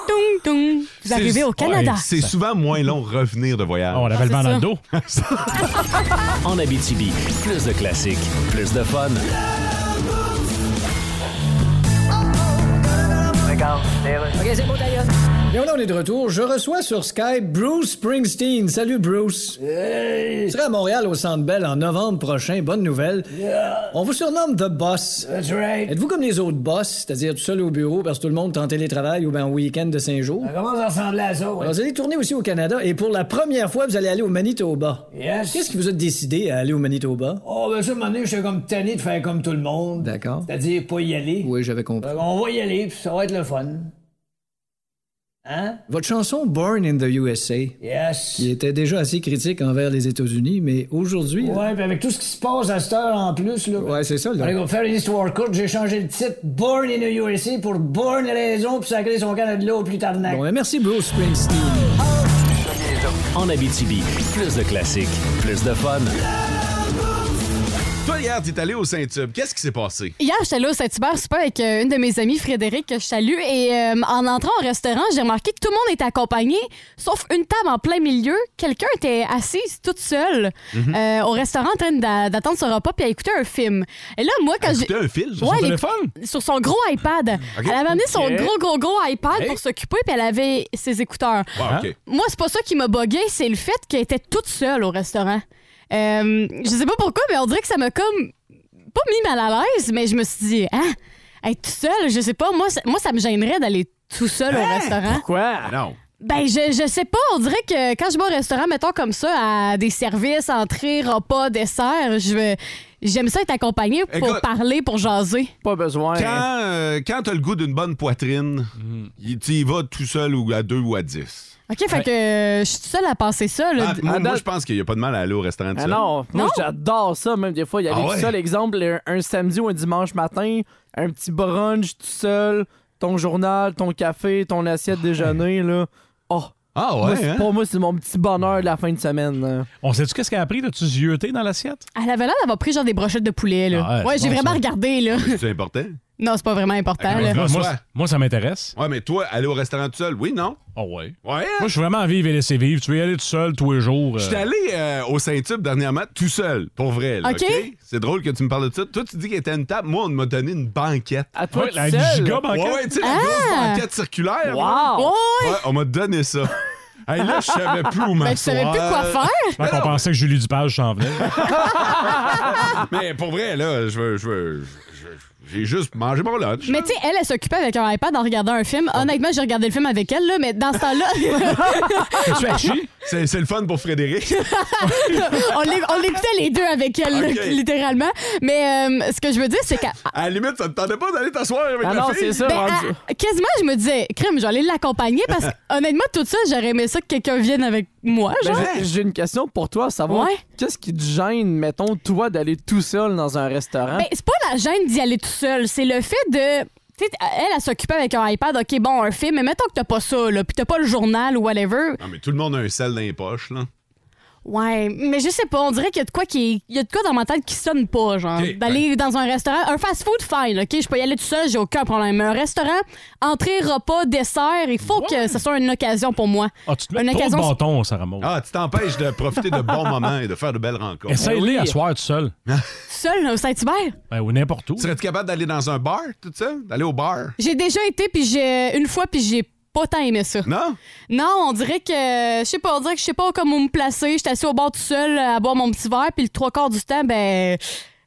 Tung, tung. Vous arrivez au Canada.
Ouais, c'est souvent Ah, moins long revenir de voyage.
On l'avait le vent dans le
dos.
en Abitibi, plus de classiques, plus de fun.
OK, c'est bon, d'ailleurs.
Et voilà, on est de retour. Je reçois sur Skype Bruce Springsteen. Salut, Bruce. Tu seras à Montréal au Centre Bell en novembre prochain. Bonne nouvelle.
Yeah.
On vous surnomme The Boss.
That's right.
Êtes-vous comme les autres boss, c'est-à-dire tout seul au bureau parce que tout le monde est en télétravail ou bien en week-end de cinq jours?
Ça commence à ressembler à ça, ouais.
Alors, vous allez tourner aussi au Canada et pour la première fois, vous allez aller au Manitoba.
Yes.
Qu'est-ce qui vous a décidé à aller au Manitoba?
Oh, ben ça, à un moment donné, j'étais comme tanné de faire comme tout le monde.
D'accord.
C'est-à-dire pas y aller. Ben,
Oui, j'avais compris.
On va y aller, puis ça va être le fun. Hein?
Votre chanson Born in the USA,
Yes.
qui était déjà assez critique envers les États-Unis, mais aujourd'hui.
Ouais, puis avec tout ce qui se passe à cette heure en plus, là.
Ouais, c'est ça, là.
Allez, on va faire une histoire courte. J'ai changé le titre Born in the USA pour Born Raison, puis ça a créé son Canada là au plus tard.
Bon, ben, merci, Bruce Springsteen.
En Abitibi, plus de classiques, plus de fun.
Toi, hier, t'es allé au Saint-Tube. Qu'est-ce qui s'est passé?
Hier, j'étais allée au Saint-Hubert super avec euh, une de mes amies, Frédéric, que je salue. Et euh, en entrant au restaurant, j'ai remarqué que tout le monde était accompagné, sauf une table en plein milieu. Quelqu'un était assise toute seule
Mhm.
euh, au restaurant en train d'a- d'attendre son repas puis à écouter un film. Et là, moi, quand j'ai.
écoutait un film sur
Ouais,
son
elle écou-
téléphone?
Sur son gros iPad.
Ok.
Elle avait amené son
Ok.
gros, gros, gros iPad
Hey.
pour s'occuper puis elle avait ses écouteurs.
Wow, ok.
Moi, c'est pas ça qui m'a bogué, c'est le fait qu'elle était toute seule au restaurant. Euh, je sais pas pourquoi, mais on dirait que ça m'a comme pas mis mal à l'aise, mais je me suis dit, hein, être toute seule, je sais pas, moi, ça, moi, ça me gênerait d'aller tout seul au restaurant.
Hein? Pourquoi?
Ah, Non.
Ben, je, je sais pas, on dirait que quand je vais au restaurant, mettons comme ça, à des services, entrée, repas, dessert, je vais- J'aime ça être accompagnée pour
Écoute.
parler, pour jaser.
Pas besoin.
Quand, euh, quand t'as le goût d'une bonne poitrine, il- tu y vas tout seul ou à deux ou à dix.
OK, fait que euh, je suis toute seule à penser ça. là.
Ah, moi, moi, je pense qu'il n'y a pas de mal à aller au
Hein,
restaurant
Ah
tout seul.
non,
Ben Moi, j'adore ça, même des fois. Il y avait
Ah
tout
ouais?
seul, exemple, un, un samedi ou un dimanche matin, un petit brunch tout seul, ton journal, ton café, ton assiette déjeuner, là. Oh!
Ah
ouais,
Moi, c'est-
hein?
Pour moi, c'est mon petit bonheur de la fin de semaine. hein. là.
On sait-tu qu'est-ce qu'elle a pris? T'as-tu zioté dans l'assiette?
Elle avait l'air d'avoir pris genre des brochettes de poulet, là.
Ah ouais,
ouais,
c'est
j'ai
bon,
vraiment
ça.
regardé, là.
C'est important.
Non, c'est pas vraiment important,
Ah,
là.
moi, moi, moi, ça m'intéresse.
Ouais, mais toi, aller au restaurant tout seul, oui, non?
Oh, ouais.
Ouais.
Moi, je suis vraiment à vivre et laisser vivre. Tu veux y aller tout seul tous les jours. euh.
Je suis allé euh, au Saint-Tube dernièrement tout seul, pour vrai. là,
OK.
OK? C'est drôle que tu me parles de ça. Toi, tu dis qu'il était une table. Moi, on m'a donné une banquette.
À
toi Ouais, tout la seul? giga banquette?
Ouais, ouais, tu sais, la
Ah!
grosse banquette
Wow!
circulaire. là.
Ouais, ouais.
Ouais, on m'a donné ça. Hey, là, je savais plus où
Ben,
m'asseoir.
tu savais plus quoi
faire?
Fait qu'on pensait que Julie Dupage s'en venait.
Mais pour vrai, là, je veux. je veux- je- je- J'ai juste mangé mon lunch.
Mais tu sais, elle, elle s'occupait avec un iPad en regardant un film.
Ah.
Honnêtement, j'ai regardé le film avec elle, là, mais dans ce temps-là.
C'est c'est le fun pour Frédéric.
on l'é- on l'écoutait les deux avec elle, là,
OK.
littéralement. Mais euh, ce que je veux dire, c'est qu'à.
À la limite, ça ne tentait pas d'aller t'asseoir avec
Ah
la
non,
fille.
c'est ça, Ben, rendu- Quasiment, je me disais, crime, je vais aller l'accompagner parce que, honnêtement, tout ça, j'aurais aimé ça que quelqu'un vienne avec moi,
Ben,
genre.
j'ai- J'ai une question pour toi, savoir
Ouais.
qu'est-ce qui te gêne, mettons, toi, d'aller tout seul dans un restaurant?
Ben, c'est pas la gêne d'y aller tout seul, c'est le fait de. tu sais, elle, elle s'occupait avec un iPad, OK, bon, un film, mais mettons que t'as pas ça, là, pis t'as pas le journal ou whatever.
Non, mais tout le monde a un sel dans les poches, là.
Ouais, mais je sais pas, on dirait qu'il y a de quoi qui est- il y a de quoi dans ma tête qui sonne pas, genre
ben.
Ok,
d'aller dans un restaurant, un fast food fine, OK, je peux y aller tout seul, j'ai aucun problème. Mais un restaurant, entrée, repas, dessert, il faut que ce soit une occasion pour moi.
Ah, tu te mets
Une
trop de
occasion-
bâtons, Sarah Maud.
Ah, tu t'empêches de profiter de bons moments et de faire de belles rencontres.
Essaye-les
Oui.
à soir tout seul.
Seul au Saint-Hubert.
Ben, ou n'importe où.
Serais-tu capable d'aller dans un bar, tout ça? D'aller au bar?
J'ai déjà été puis j'ai une fois puis j'ai pas tant aimé ça.
Non?
Non, on dirait que je sais pas, on dirait que je sais pas comment me placer, j'étais assis au bord tout seul à boire mon petit verre puis le trois quarts du temps ben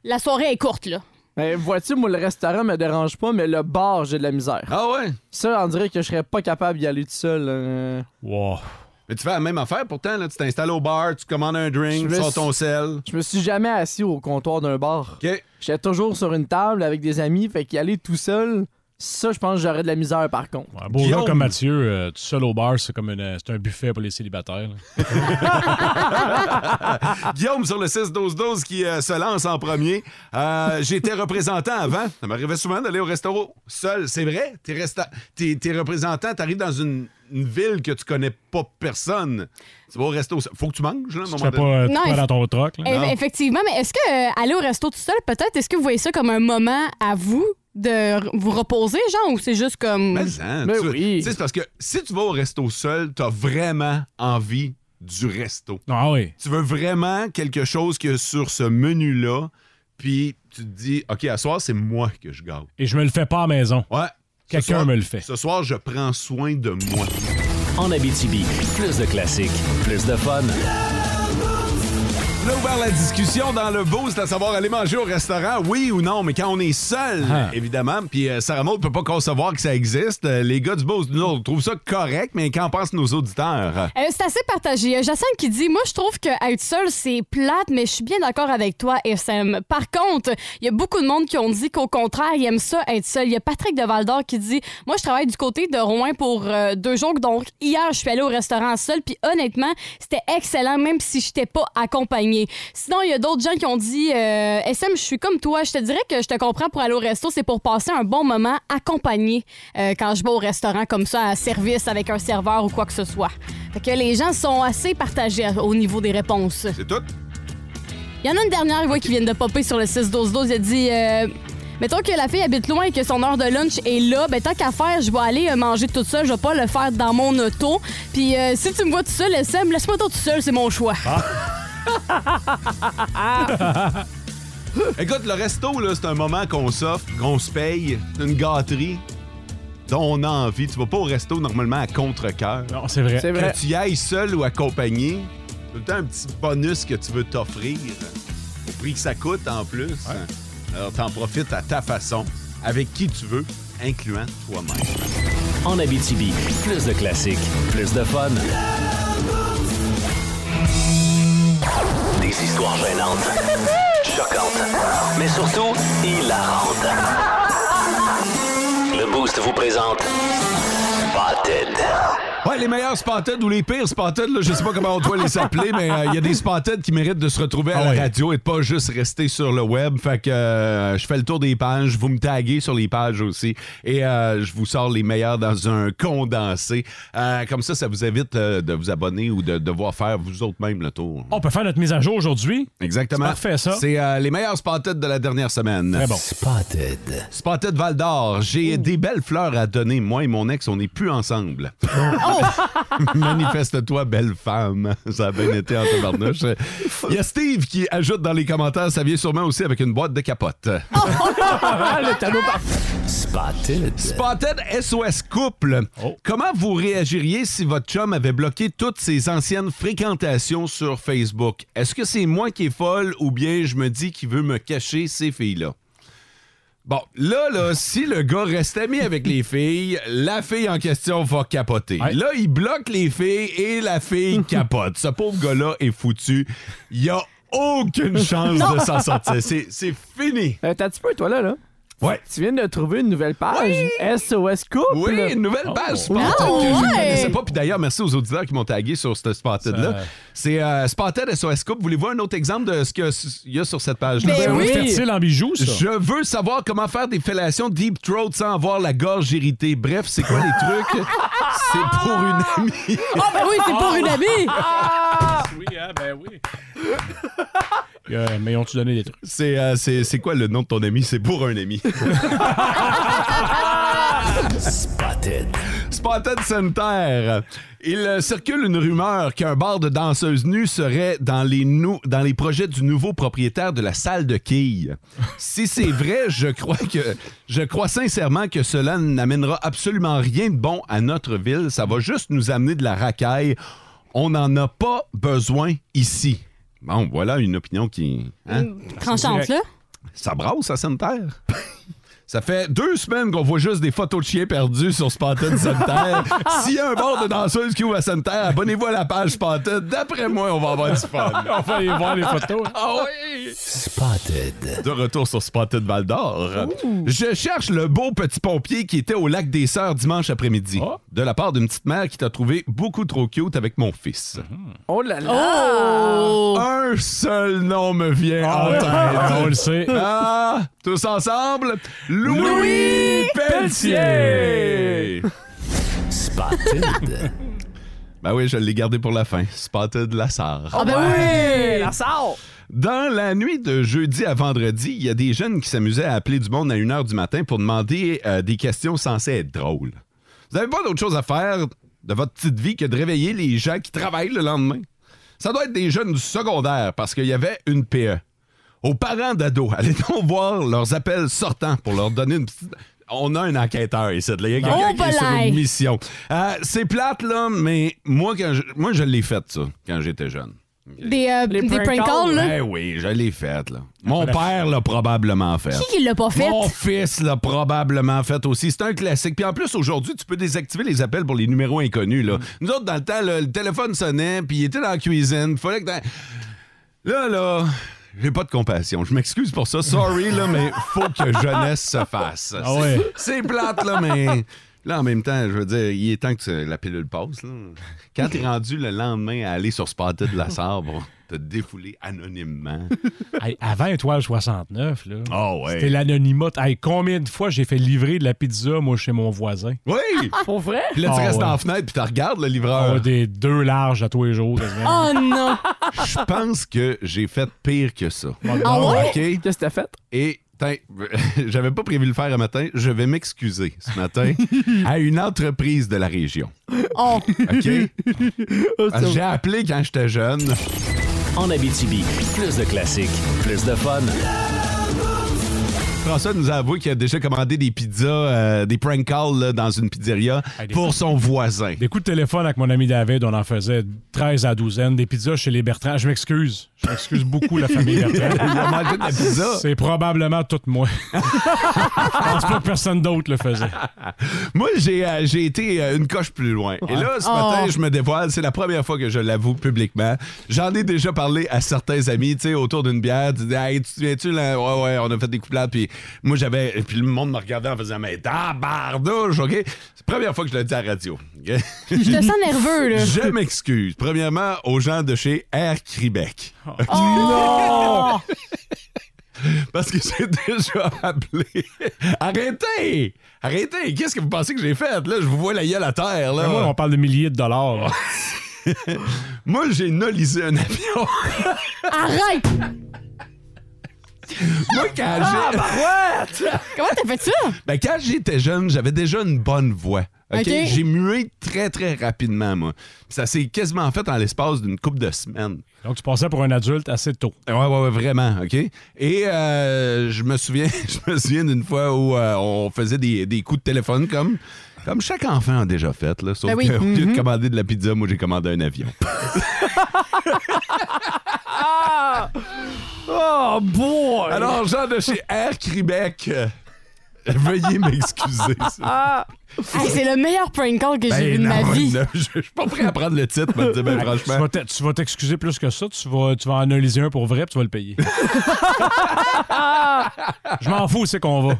la soirée est courte là.
Ben, vois-tu, moi, le restaurant me dérange pas, mais le bar, j'ai de la misère.
Ah ouais?
Oh.
Ça, on dirait que je serais pas capable d'y aller tout seul. euh.
Wow.
Mais tu fais la même affaire pourtant, là, tu t'installes au bar, tu commandes un drink, tu sors ton sel.
Je me suis jamais assis au comptoir d'un bar. J'étais toujours sur une table avec des amis, fait qu'y aller tout seul, ça, je pense que j'aurais de la misère par contre.
Un beau gars comme Mathieu, euh, tout seul au bar, c'est comme une, euh, c'est un buffet pour les célibataires. là.
Guillaume sur le 6-12-12 qui euh, se lance en premier. Euh, J'étais représentant avant. Ça m'arrivait souvent d'aller au restaurant seul. C'est vrai? T'es resta- t'es- t'es représentant, t'arrives dans une, une ville que tu connais pas personne. Tu vas au resto seul. Faut que tu manges, là, à un
fais
moment donné.
pas, euh, tu Non, fais pas il- dans ton
troc.
Eh, Effectivement, mais est-ce que euh, aller au resto tout seul, peut-être, est-ce que vous voyez ça comme un moment à vous de r- vous reposer, genre, ou c'est juste comme.
Mais, hein, tu- tu sais, c'est parce que si tu vas au resto seul, t'as vraiment envie du resto.
Ah
Tu veux vraiment quelque chose que sur ce menu-là, puis tu te dis, OK, à soir, c'est moi que je garde.
Et je me le fais pas à la maison.
Ouais.
Quelqu'un me le fait.
Ce soir, je prends soin de moi.
En Abitibi, plus de classiques, plus de fun.
On a ouvert la discussion dans le boost à savoir aller manger au restaurant, oui ou non, mais quand on est seul,
Ah.
évidemment, puis euh, Sarah Maud peut pas concevoir que ça existe. Euh, les gars du boost, nous, on trouve ça correct, mais qu'en pensent nos auditeurs?
Euh, c'est assez partagé. Il y a Jacinthe qui dit Moi, je trouve que être seul, c'est plate, mais je suis bien d'accord avec toi, SM. Par contre, il y a beaucoup de monde qui ont dit qu'au contraire, ils aiment ça, être seul. Il y a Patrick de Val-d'Or qui dit Moi, je travaille du côté de Rouen pour euh, deux jours. Donc, hier, je suis allée au restaurant seul. Puis, honnêtement, c'était excellent, même si je n'étais pas accompagnée. Sinon, il y a d'autres gens qui ont dit euh, SM, je suis comme toi. Je te dirais que je te comprends pour aller au resto. C'est pour passer un bon moment accompagné euh, quand je vais au restaurant comme ça, à service, avec un serveur ou quoi que ce soit. Fait que les gens sont assez partagés à- au niveau des réponses.
C'est tout?
Il y en a une dernière voix qui vient de popper sur le 6-12-12. Il a dit euh, Mettons que la fille habite loin et que son heure de lunch est là, ben tant qu'à faire, je vais aller euh, manger toute seule, je vais pas le faire dans mon auto. Puis euh, si tu me vois tout seul, SM, laisse-moi toi tout seul, c'est mon choix.
Ah.
Ah!
Écoute, le resto, là, c'est un moment qu'on s'offre, qu'on se paye, c'est une gâterie dont on a envie. Tu vas pas au resto normalement à contre-cœur.
Non, c'est vrai. C'est vrai.
Que tu y ailles seul ou accompagné, c'est tout le temps un petit bonus que tu veux t'offrir. Au prix que ça coûte en plus. Alors t'en profites à ta façon, avec qui tu veux, incluant toi-même.
En Abitibi, plus de classiques, plus de fun.
Des histoires gênantes, choquantes, mais surtout hilarantes. Le Boost vous présente Spotted.
Ouais, les meilleurs spotted ou les pires spotted, là, je sais pas comment on doit les appeler, mais euh, il y a des spotted qui méritent de se retrouver à
Ah
la radio et de pas juste rester sur le web. Fait que euh, je fais le tour des pages, vous me taguez sur les pages aussi et euh, je vous sors les meilleurs dans un condensé. Euh, comme ça, ça vous évite euh, de vous abonner ou de devoir faire vous autres même le tour.
On peut faire notre mise à jour aujourd'hui.
Exactement.
C'est parfait, ça.
C'est euh, les meilleurs spotted de la dernière semaine.
Très bon.
Spotted. Spotted Val d'Or. J'ai des belles fleurs à donner. Moi et mon ex, on n'est plus ensemble. Oh! Manifeste-toi, belle femme. Ça a bien été en tabarnouche. Il y a Steve qui ajoute dans les commentaires, ça vient sûrement aussi avec une boîte de capote.
Ah, Le tableau
Spotted.
Spotted SOS Couple. Comment vous réagiriez si votre chum avait bloqué toutes ses anciennes fréquentations sur Facebook? Est-ce que c'est moi qui est folle ou bien je me dis qu'il veut me cacher ces filles-là? Bon, là, là, si le gars reste ami avec les filles, la fille en question va capoter. Là, il bloque les filles et la fille capote. Ce pauvre gars-là est foutu. Il a aucune chance
Non. Euh,
de s'en sortir. C'est c'est fini.
T'as un petit peu, toi, là, là.
Ouais.
Tu viens de trouver une nouvelle page. SOS Couple.
Oui, une nouvelle page Spotted que je ne connaissais pas. Puis d'ailleurs, merci aux auditeurs qui m'ont tagué sur ce Spotted-là.
Ça-
C'est euh, Spotted SOS Couple. Voulez-vous un autre exemple de ce qu'il y a sur cette page-là?
Ben C'est oui. fertile en bijoux, ça.
Je veux savoir comment faire des fellations deep throat sans avoir la gorge irritée. Bref, c'est quoi les trucs? c'est pour une amie.
Ah, ben oui, c'est pour une amie!
oui, ah, ben oui. Euh, mais ont-tu donné des trucs?
C'est euh, c'est- c'est quoi le nom de ton ami? C'est pour un ami. Spotted. Spotted Center. Il euh, circule une rumeur qu'un bar de danseuses nues serait dans les, nou- dans les projets du nouveau propriétaire de la salle de quilles. Si c'est vrai, je crois que je crois sincèrement que cela n'amènera absolument rien de bon à notre ville. Ça va juste nous amener de la racaille. On n'en a pas besoin ici. Bon, voilà une opinion qui. hein?
Tranchante, là.
Ça brasse à Sainte-Terre. Ça fait deux semaines qu'on voit juste des photos de chiens perdus sur Spanton Sanitaire. S'il y a un bord de danseuse qui ouvre à Sanitaire, abonnez-vous à la page Spanton. D'après moi, on va avoir du fun.
On va aller voir les photos.
Ah oui! Spotted. De retour sur Spotted Val d'Or. Je cherche le beau petit pompier qui était au lac des Sœurs dimanche après-midi.
Ah.
De la part d'une petite mère qui t'a trouvé beaucoup trop cute avec mon fils.
Mhm.
Oh là là!
Un seul nom me vient en tête.
Ah, On le sait.
Ah, tous ensemble, Louis, Pelletier! Bah, Spotted. ben oui, je l'ai gardé pour la fin. Spotted Lassard.
Ah ben oui! La sort!
Dans la nuit de jeudi à vendredi, il y a des jeunes qui s'amusaient à appeler du monde à 1h du matin pour demander euh, des questions censées être drôles. Vous n'avez pas d'autre chose à faire de votre petite vie que de réveiller les gens qui travaillent le lendemain? Ça doit être des jeunes du secondaire parce qu'il y avait une PE. Aux parents d'ados, allez donc voir leurs appels sortants pour leur donner une petite... On a un enquêteur ici. là. Il y a quelqu'un
Oh,
qui est sur
bolay.
une mission. Euh, c'est plate, là, mais moi, quand je, moi, je l'ai fait, ça, quand j'étais jeune.
Des, euh, des prank, calls, hein. là.
Ben oui, je l'ai faite, là. Mon père l'a probablement fait.
Qui qui l'a pas fait?
Mon fils l'a probablement fait aussi. C'est un classique. Puis en plus, aujourd'hui, tu peux désactiver les appels pour les numéros inconnus,
Mm.
là. Nous autres, dans le temps, là, le téléphone sonnait, puis il était dans la cuisine. Fallait que... t'en- Là, là... J'ai pas de compassion. Je m'excuse pour ça. Sorry, là, mais faut que jeunesse se fasse.
Ah ouais.
C'est plate, là, mais... Là, en même temps, je veux dire, il est temps que tu- la pilule passe. Là. Quand t'es rendu le lendemain à aller sur Spotted de la Sabre, te défouler anonymement.
Hey, avant Étoile 69, là,
Ah ouais.
c'était l'anonymat. Hey, combien de fois j'ai fait livrer de la pizza, moi, chez mon voisin?
Oui!
Pour vrai?
Puis là, tu
Ah
restes
ouais.
en fenêtre puis tu regardes le
Ah,
livreur.
des deux larges à tous les jours. quasiment.
Ah,
Oh non!
Je pense que j'ai fait pire que ça.
Ah ouais?
OK?
Qu'est-ce que t'as fait?
Et tain, j'avais pas prévu le faire un matin. Je vais m'excuser ce matin à une entreprise de la région.
Oh!
OK?
Oh,
Ah,
Parce que Ah, J'ai appelé quand j'étais jeune.
En Abitibi, plus de classiques, plus de fun.
François nous a avoué qu'il a déjà commandé des pizzas, euh, des prank calls là, dans une pizzeria
Hey, des-
pour son voisin.
Des coups de téléphone avec mon ami David, on en faisait 13 à douzaine. Des pizzas chez les Bertrand. Je m'excuse. Je m'excuse beaucoup, la famille
Il a
Bertrand.
mangé de la pizza.
C'est probablement tout moi. Je pense pas que personne d'autre le faisait.
Moi, j'ai euh, j'ai été euh, une coche plus loin. Et là, ce
Oh.
matin, je me dévoile. C'est la première fois que je l'avoue publiquement. J'en ai déjà parlé à certains amis, tu sais, autour d'une bière. Tu dis, hey, tu te souviens-tu, là? Ouais, ouais, on a fait des couplades. Puis moi, j'avais. Puis le monde me regardait en faisant, mais tabardouche, OK? C'est la première fois que je le dis à la radio. OK?
Je te sens nerveux, là.
je m'excuse. Premièrement, aux gens de chez Air Québec.
Oh!
Parce que j'ai déjà appelé. Arrêtez! Arrêtez! Qu'est-ce que vous pensez que j'ai fait? Là, je vous vois la gueule à terre, là.
Mais Moi, on parle de milliers de dollars. là.
Moi, j'ai nolisé un avion.
Arrête!
Moi, quand j'ai-
Comment t'as fait ça?
Ben, quand j'étais jeune, j'avais déjà une bonne voix. OK?
OK.
J'ai mué très, très rapidement, moi. Puis ça s'est quasiment fait en l'espace d'une couple de semaines.
Donc, tu passais pour un adulte assez tôt.
Ouais, ouais, ouais, vraiment, OK? Et euh, je me souviens je me souviens d'une fois où euh, on faisait des, des coups de téléphone comme, comme chaque enfant a déjà fait, là. Sauf
Ben oui.
qu'au lieu de commander de la pizza, moi, j'ai commandé un avion.
Oh boy!
Alors, Jean de chez Air Québec, euh, veuillez m'excuser.
Ah!
Hey, c'est le meilleur prank call que j'ai
Ben
vu de
non,
ma vie.
non, je je suis pas prêt à prendre le titre, mais dis, ben,
Tu
franchement.
vas t'e- tu vas t'excuser plus que ça. Tu vas, tu vas en analyser un pour vrai puis tu vas le payer. Je m'en fous, c'est qu'on va.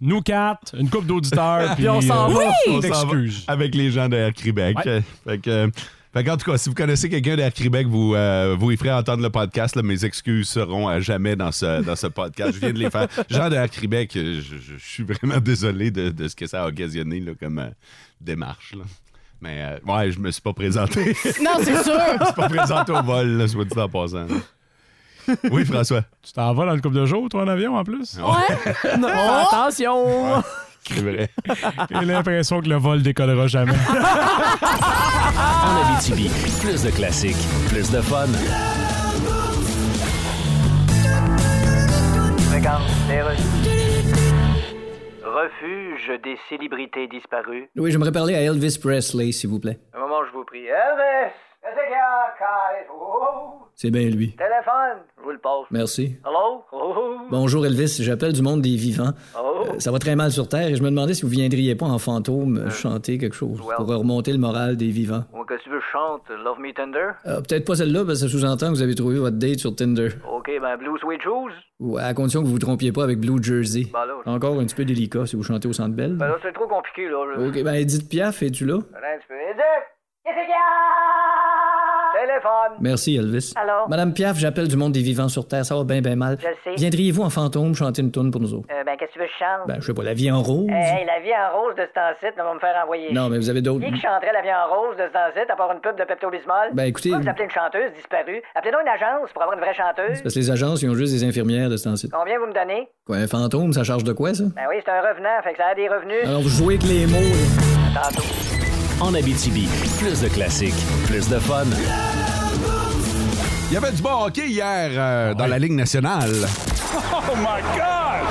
Nous quatre, une coupe d'auditeurs, puis euh,
on s'en va.
on
On s'en va
t'excuse.
Avec les gens d'Air Québec.
Ouais.
Euh, Fait que. euh, fait qu'en tout cas, si vous connaissez quelqu'un d'Air Québec, vous, euh, vous y ferez entendre le podcast. là. mes excuses seront à jamais dans ce, dans ce podcast. Je viens de les faire. Jean d'Air Québec, euh, je, je- je suis vraiment désolé de, de ce que ça a occasionné là, comme euh, démarche. là. Mais euh, ouais, je me suis pas présenté. Je
Non, c'est sûr.
suis pas présenté au vol, là, soit dit en passant. là. Oui, François.
Tu t'en vas dans le couple de jours, toi, en avion, en plus?
Ouais.
Non,
Oh!
Attention!
C'est vrai.
J'ai l'impression que le vol décollera jamais.
En Abitibi, plus de classiques, plus de fun.
Regarde, les rues. Refuge des célébrités disparues.
Oui, j'aimerais parler à Elvis Presley, s'il vous plaît.
Un moment, je vous prie. Elvis! Qu'est-ce qu'il y a, Kyle? Oh!
C'est bien lui.
Téléphone! Je vous le passe.
Merci.
Hello? Oh!
Bonjour Elvis, j'appelle du monde des vivants.
Oh!
Ça va très mal sur Terre et je me demandais si vous viendriez pas en fantôme euh, chanter quelque chose pour remonter le moral des vivants.
Ou que tu veux chante Love Me Tender?
Euh, Peut-être pas celle-là, parce que ça sous-entend que vous avez trouvé votre date sur Tinder.
OK, ben Blue Sweet Shoes.
Ou à condition que vous vous trompiez pas avec Blue Jersey.
Ben là,
Encore un petit peu délicat si vous chantez au Centre Bell.
ben là, c'est trop compliqué, là. là.
Ok, ben Edith Piaf, es-tu là?
Attends un petit peu. Edith! Qu'est-ce qu'il y a? Téléphone!
Merci, Elvis.
Allô?
Madame Piaf, j'appelle du monde des vivants sur Terre, ça va bien, bien mal.
Je le sais.
Viendriez-vous en fantôme chanter une tourne pour nous autres?
Euh, ben, qu'est-ce que tu veux que je chante?
Ben, je sais pas, la vie en rose?
Hey, hey, la vie en rose de ce temps-ci, là, va me faire envoyer.
Non, mais vous avez d'autres-
Qui qui chanterait la vie en rose de ce temps-ci à part une pub de Pepto-Bismol?
Ben, écoutez-
Pourquoi Vous appelez une chanteuse disparue. Appelez-nous une agence pour avoir une vraie chanteuse.
C'est Parce que les agences, ils ont juste des infirmières de ce temps-ci.
Combien vous me donnez?
Quoi, un fantôme, ça charge de quoi, ça?
Ben oui, c'est un revenant, fait que ça a des revenus.
Alors, vous jouez avec les mots. là.
En Abitibi, plus de classiques, plus de fun.
Il y avait du bon hockey hier euh, dans la Ligue nationale.
Oh my God!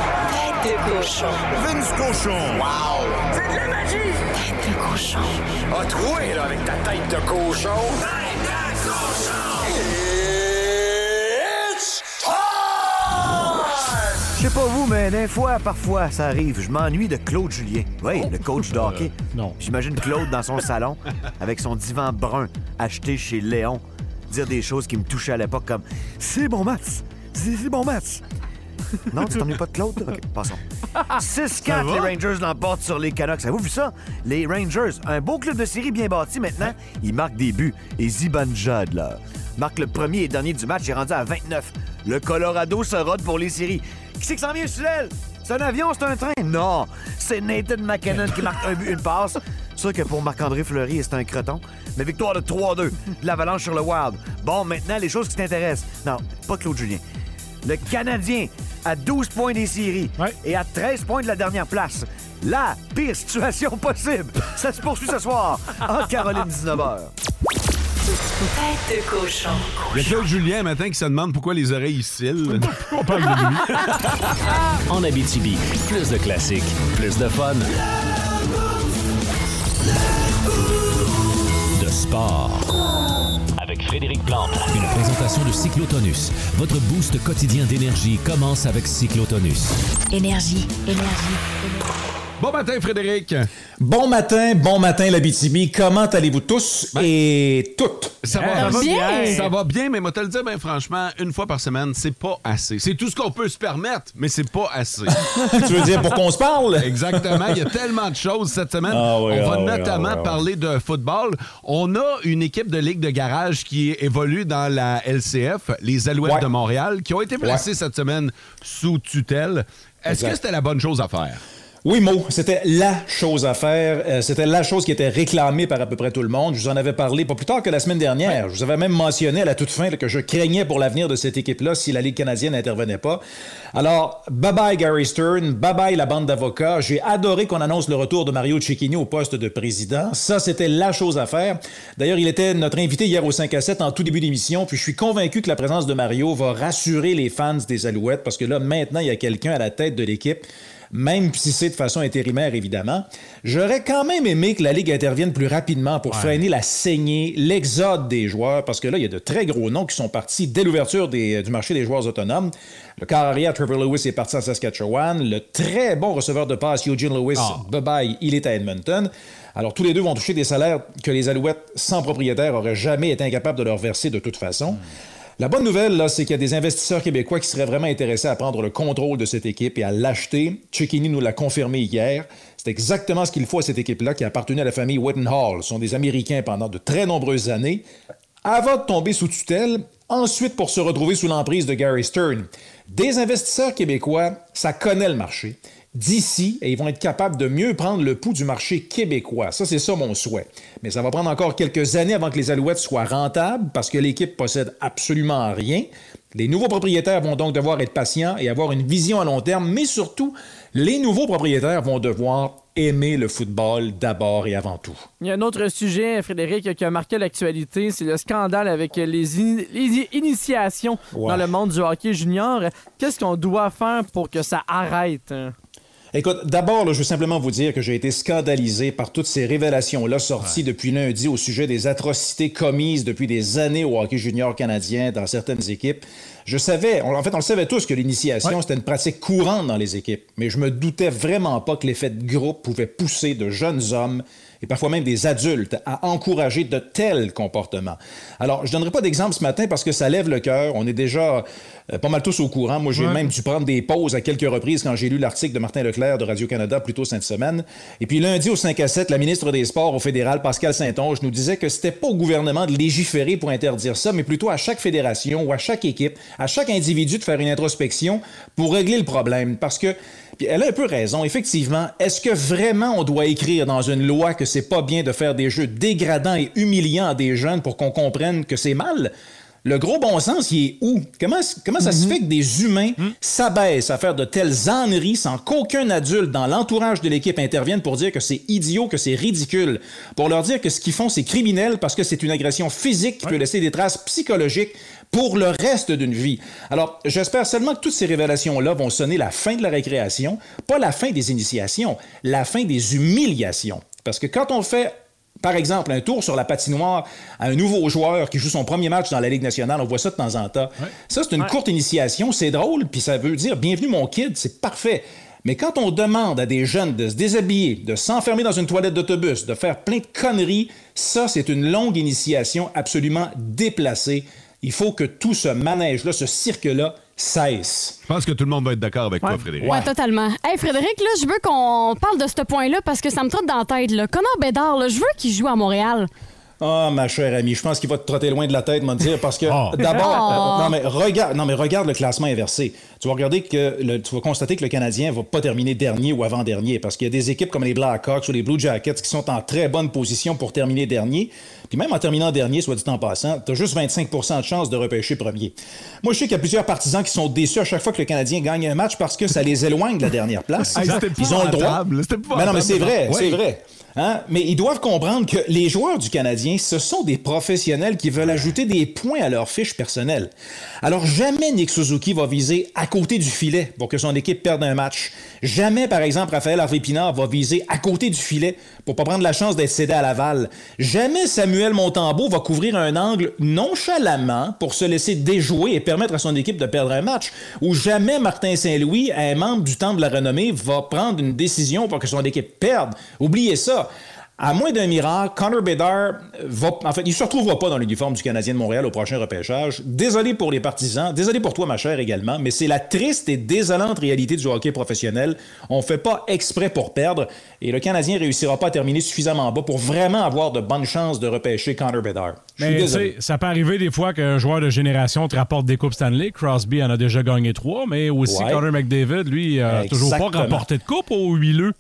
Tête de cochon. Vince cochon. Wow! C'est de la magie! Tête de cochon. A troué, là, avec ta tête de cochon. Tête de cochon! It's time!
Je sais pas vous, mais des fois, parfois, ça arrive. Je m'ennuie de Claude Julien. Oui, le coach de
Euh,
hockey.
non.
J'imagine Claude dans son salon, avec son divan brun, acheté chez Léon, dire des choses qui me touchaient à l'époque comme C'est bon, Mats! C'est c'est bon, Mats! Non, tu t'ennuies pas de Claude? OK, passons. 6-4, les Rangers l'emportent sur les Canucks. Avez-vous vu ça? Les Rangers, un beau club de série bien bâti maintenant. Ils marquent des buts. Et Zibanejad, là, marque le premier et dernier du match. Il est rendu à 29. Le Colorado se rôde pour les séries. Qui c'est qui s'en vient sur l'aile? C'est un avion, c'est un train? Non! C'est Nathan McKinnon qui marque un but, une passe. Sûr que pour Marc-André Fleury, c'est un creton. Mais victoire de 3-2 de l'Avalanche sur le Wild. Bon, maintenant, les choses qui t'intéressent. Non, pas Claude Julien. Le Canadien à 12 points des séries et à 13 points de la dernière place. La pire situation possible. Ça se poursuit ce soir en Caroline 19h.
Tête de cochon.
Il y a Claude Julien matin qui se demande pourquoi les oreilles ils cillent. On parle de lui.
En Abitibi, plus de classiques, plus de fun. De sport.
Avec Frédéric Plante.
Une présentation de Cyclotonus. Votre boost quotidien d'énergie commence avec Cyclotonus.
Énergie, énergie.
Bon matin, Frédéric.
Bon matin, bon matin, l'Abitibi. Comment allez-vous tous et toutes?
Ben, Ça va, ça va bien. Ça va bien, mais moi, te le dire, ben, franchement, une fois par semaine, c'est pas assez. C'est tout ce qu'on peut se permettre, mais c'est pas assez.
Tu veux dire pour qu'on se parle?
Exactement. Il y a tellement de choses cette semaine.
Ah oui,
On va
ah oui,
notamment
ah oui, ah oui.
parler de football. On a une équipe de ligue de garage qui évolue dans la LCF, les Alouettes de Montréal, qui ont été placées cette semaine sous tutelle. Est-ce que
Exact.
c'était la bonne chose à faire?
Oui, Mo, c'était la chose à faire. Euh, c'était la chose qui était réclamée par à peu près tout le monde. Je vous en avais parlé pas plus tard que la semaine dernière. Je vous avais même mentionné à la toute fin là, que je craignais pour l'avenir de cette équipe-là si la Ligue canadienne n'intervenait pas. Alors, bye-bye Gary Stern, bye-bye la bande d'avocats. J'ai adoré qu'on annonce le retour de Mario Cecchini au poste de président. Ça, c'était la chose à faire. D'ailleurs, il était notre invité hier au 5 à 7 en tout début d'émission. Puis je suis convaincu que la présence de Mario va rassurer les fans des Alouettes parce que là, maintenant, il y a quelqu'un à la tête de l'équipe même si c'est de façon intérimaire, évidemment. J'aurais quand même aimé que la Ligue intervienne plus rapidement pour freiner la saignée, l'exode des joueurs, parce que là, il y a de très gros noms qui sont partis dès l'ouverture des- euh, du marché des joueurs autonomes. Le quart arrière, Trevor Lewis, est parti en Saskatchewan. Le très bon receveur de passe, Eugene Lewis, bye-bye, il est à Edmonton. Alors, tous les deux vont toucher des salaires que les Alouettes sans propriétaire auraient jamais été incapables de leur verser de toute façon. La bonne nouvelle, là, c'est qu'il y a des investisseurs québécois qui seraient vraiment intéressés à prendre le contrôle de cette équipe et à l'acheter. Cecchini nous l'a confirmé hier. C'est exactement ce qu'il faut à cette équipe-là qui appartenait à la famille Wettenhall. Ce sont des Américains pendant de très nombreuses années. Avant de tomber sous tutelle, ensuite pour se retrouver sous l'emprise de Gary Stern. Des investisseurs québécois, ça connaît le marché. D'ici, et ils vont être capables de mieux prendre le pouls du marché québécois. Ça, c'est ça mon souhait. Mais ça va prendre encore quelques années avant que les Alouettes soient rentables parce que l'équipe possède absolument rien. Les nouveaux propriétaires vont donc devoir être patients et avoir une vision à long terme, mais surtout, les nouveaux propriétaires vont devoir aimer le football d'abord et avant tout.
Il y a un autre sujet, Frédéric, qui a marqué l'actualité, c'est le scandale avec les, ini- les initiations
Ouais.
dans le monde du hockey junior. Qu'est-ce qu'on doit faire pour que ça arrête? hein?
Écoute, d'abord, là, je veux simplement vous dire que j'ai été scandalisé par toutes ces révélations-là sorties depuis lundi au sujet des atrocités commises depuis des années au hockey junior canadien dans certaines équipes. Je savais, on- en fait, on le savait tous que l'initiation, c'était une pratique courante dans les équipes, mais je me doutais vraiment pas que l'effet de groupe pouvait pousser de jeunes hommes et parfois même des adultes à encourager de tels comportements. Alors, je donnerai pas d'exemple ce matin parce que ça lève le cœur. On est déjà euh, pas mal tous au courant. Moi, j'ai
Ouais.
même dû prendre des pauses à quelques reprises quand j'ai lu l'article de Martin Leclerc de Radio-Canada plus tôt cette semaine. Et puis lundi au 5 à 7, la ministre des Sports au fédéral, Pascal Saint-Onge, nous disait que c'était pas au gouvernement de légiférer pour interdire ça, mais plutôt à chaque fédération ou à chaque équipe, à chaque individu de faire une introspection pour régler le problème. Parce que puis elle a un peu raison, effectivement. Est-ce que vraiment on doit écrire dans une loi que c'est pas bien de faire des jeux dégradants et humiliants à des jeunes pour qu'on comprenne que c'est mal? Le gros bon sens, il est où? Comment, comment ça se fait que des humains s'abaissent à faire de telles âneries sans qu'aucun adulte dans l'entourage de l'équipe intervienne pour dire que c'est idiot, que c'est ridicule, pour leur dire que ce qu'ils font, c'est criminel parce que c'est une agression physique qui peut laisser des traces psychologiques pour le reste d'une vie. Alors, j'espère seulement que toutes ces révélations-là vont sonner la fin de la récréation, pas la fin des initiations, la fin des humiliations. Parce que quand on fait par exemple, un tour sur la patinoire à un nouveau joueur qui joue son premier match dans la Ligue nationale, on voit ça de temps en temps. Ça, c'est une courte initiation, c'est drôle, puis ça veut dire bienvenue mon kid, c'est parfait. Mais quand on demande à des jeunes de se déshabiller, de s'enfermer dans une toilette d'autobus, de faire plein de conneries, ça, c'est une longue initiation absolument déplacée. Il faut que tout ce manège-là, ce cirque-là, cesse.
Je pense que tout le monde va être d'accord avec toi, Frédéric.
Ouais, totalement. Hey, Frédéric, là, je veux qu'on parle de ce point-là parce que ça me trotte dans la tête. Là. Connor Bédard, là, je veux qu'il joue à Montréal.
Ah, ma chère amie, je pense qu'il va te trotter loin de la tête, me dire, parce que d'abord,
Oh.
euh, non, mais regarde, non, mais regarde le classement inversé. Tu vas regarder que le- tu vas constater que le Canadien va pas terminer dernier ou avant-dernier, parce qu'il y a des équipes comme les Blackhawks ou les Blue Jackets qui sont en très bonne position pour terminer dernier. Puis même en terminant dernier, soit dit en passant, tu as juste 25 de chances de repêcher premier. Moi, je sais qu'il y a plusieurs partisans qui sont déçus à chaque fois que le Canadien gagne un match parce que ça les éloigne de la dernière place.
Ah,
Hey, Ah, c'était
Ils ont le droit.
épouvantable, c'était
Mais non, mais c'est vrai,
épouvantable.
c'est
Oui.
vrai. Hein? Mais ils doivent comprendre que les joueurs du Canadien, ce sont des professionnels qui veulent ajouter des points à leur fiche personnelle. Alors jamais Nick Suzuki va viser à côté du filet pour que son équipe perde un match. Jamais, par exemple, Raphaël Harvey-Pinard va viser à côté du filet pour pas prendre la chance d'être cédé à Laval. Jamais Samuel Montembeau va couvrir un angle nonchalamment pour se laisser déjouer et permettre à son équipe de perdre un match. Ou jamais Martin Saint-Louis, un membre du Temple de la Renommée, va prendre une décision pour que son équipe perde. Oubliez ça. À moins d'un miracle, Connor Bedard va. En fait, il se retrouvera pas dans l'uniforme du Canadien de Montréal au prochain repêchage. Désolé pour les partisans, désolé pour toi, ma chère également, mais c'est la triste et désolante réalité du hockey professionnel. On fait pas exprès pour perdre et le Canadien réussira pas à terminer suffisamment bas pour vraiment avoir de bonnes chances de repêcher Connor Bedard. Je suis
Mais tu
désolé.
sais, ça peut arriver des fois qu'un joueur de génération te rapporte des Coupes Stanley. Crosby en a déjà gagné trois, mais aussi
Ouais.
Connor McDavid, lui, a toujours pas
Exactement.
remporté de Coupe au huileux.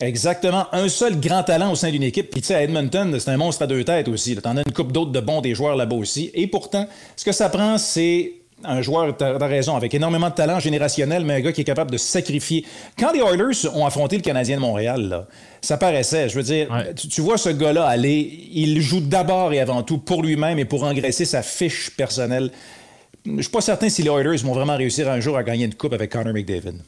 Exactement. Un seul grand talent au sein d'une équipe. Puis, tu sais, à Edmonton, c'est un monstre à deux têtes aussi. là. T'en as une coupe d'autres de bons des joueurs là-bas aussi. Et pourtant, ce que ça prend, c'est un joueur, t'as t'as raison, avec énormément de talent générationnel, mais un gars qui est capable de se sacrifier. Quand les Oilers ont affronté le Canadien de Montréal, là, ça paraissait. Je veux dire, tu, tu vois ce gars-là aller, il joue d'abord et avant tout pour lui-même et pour engraisser sa fiche personnelle. Je suis pas certain si les Oilers vont vraiment réussir un jour à gagner une coupe avec Connor McDavid.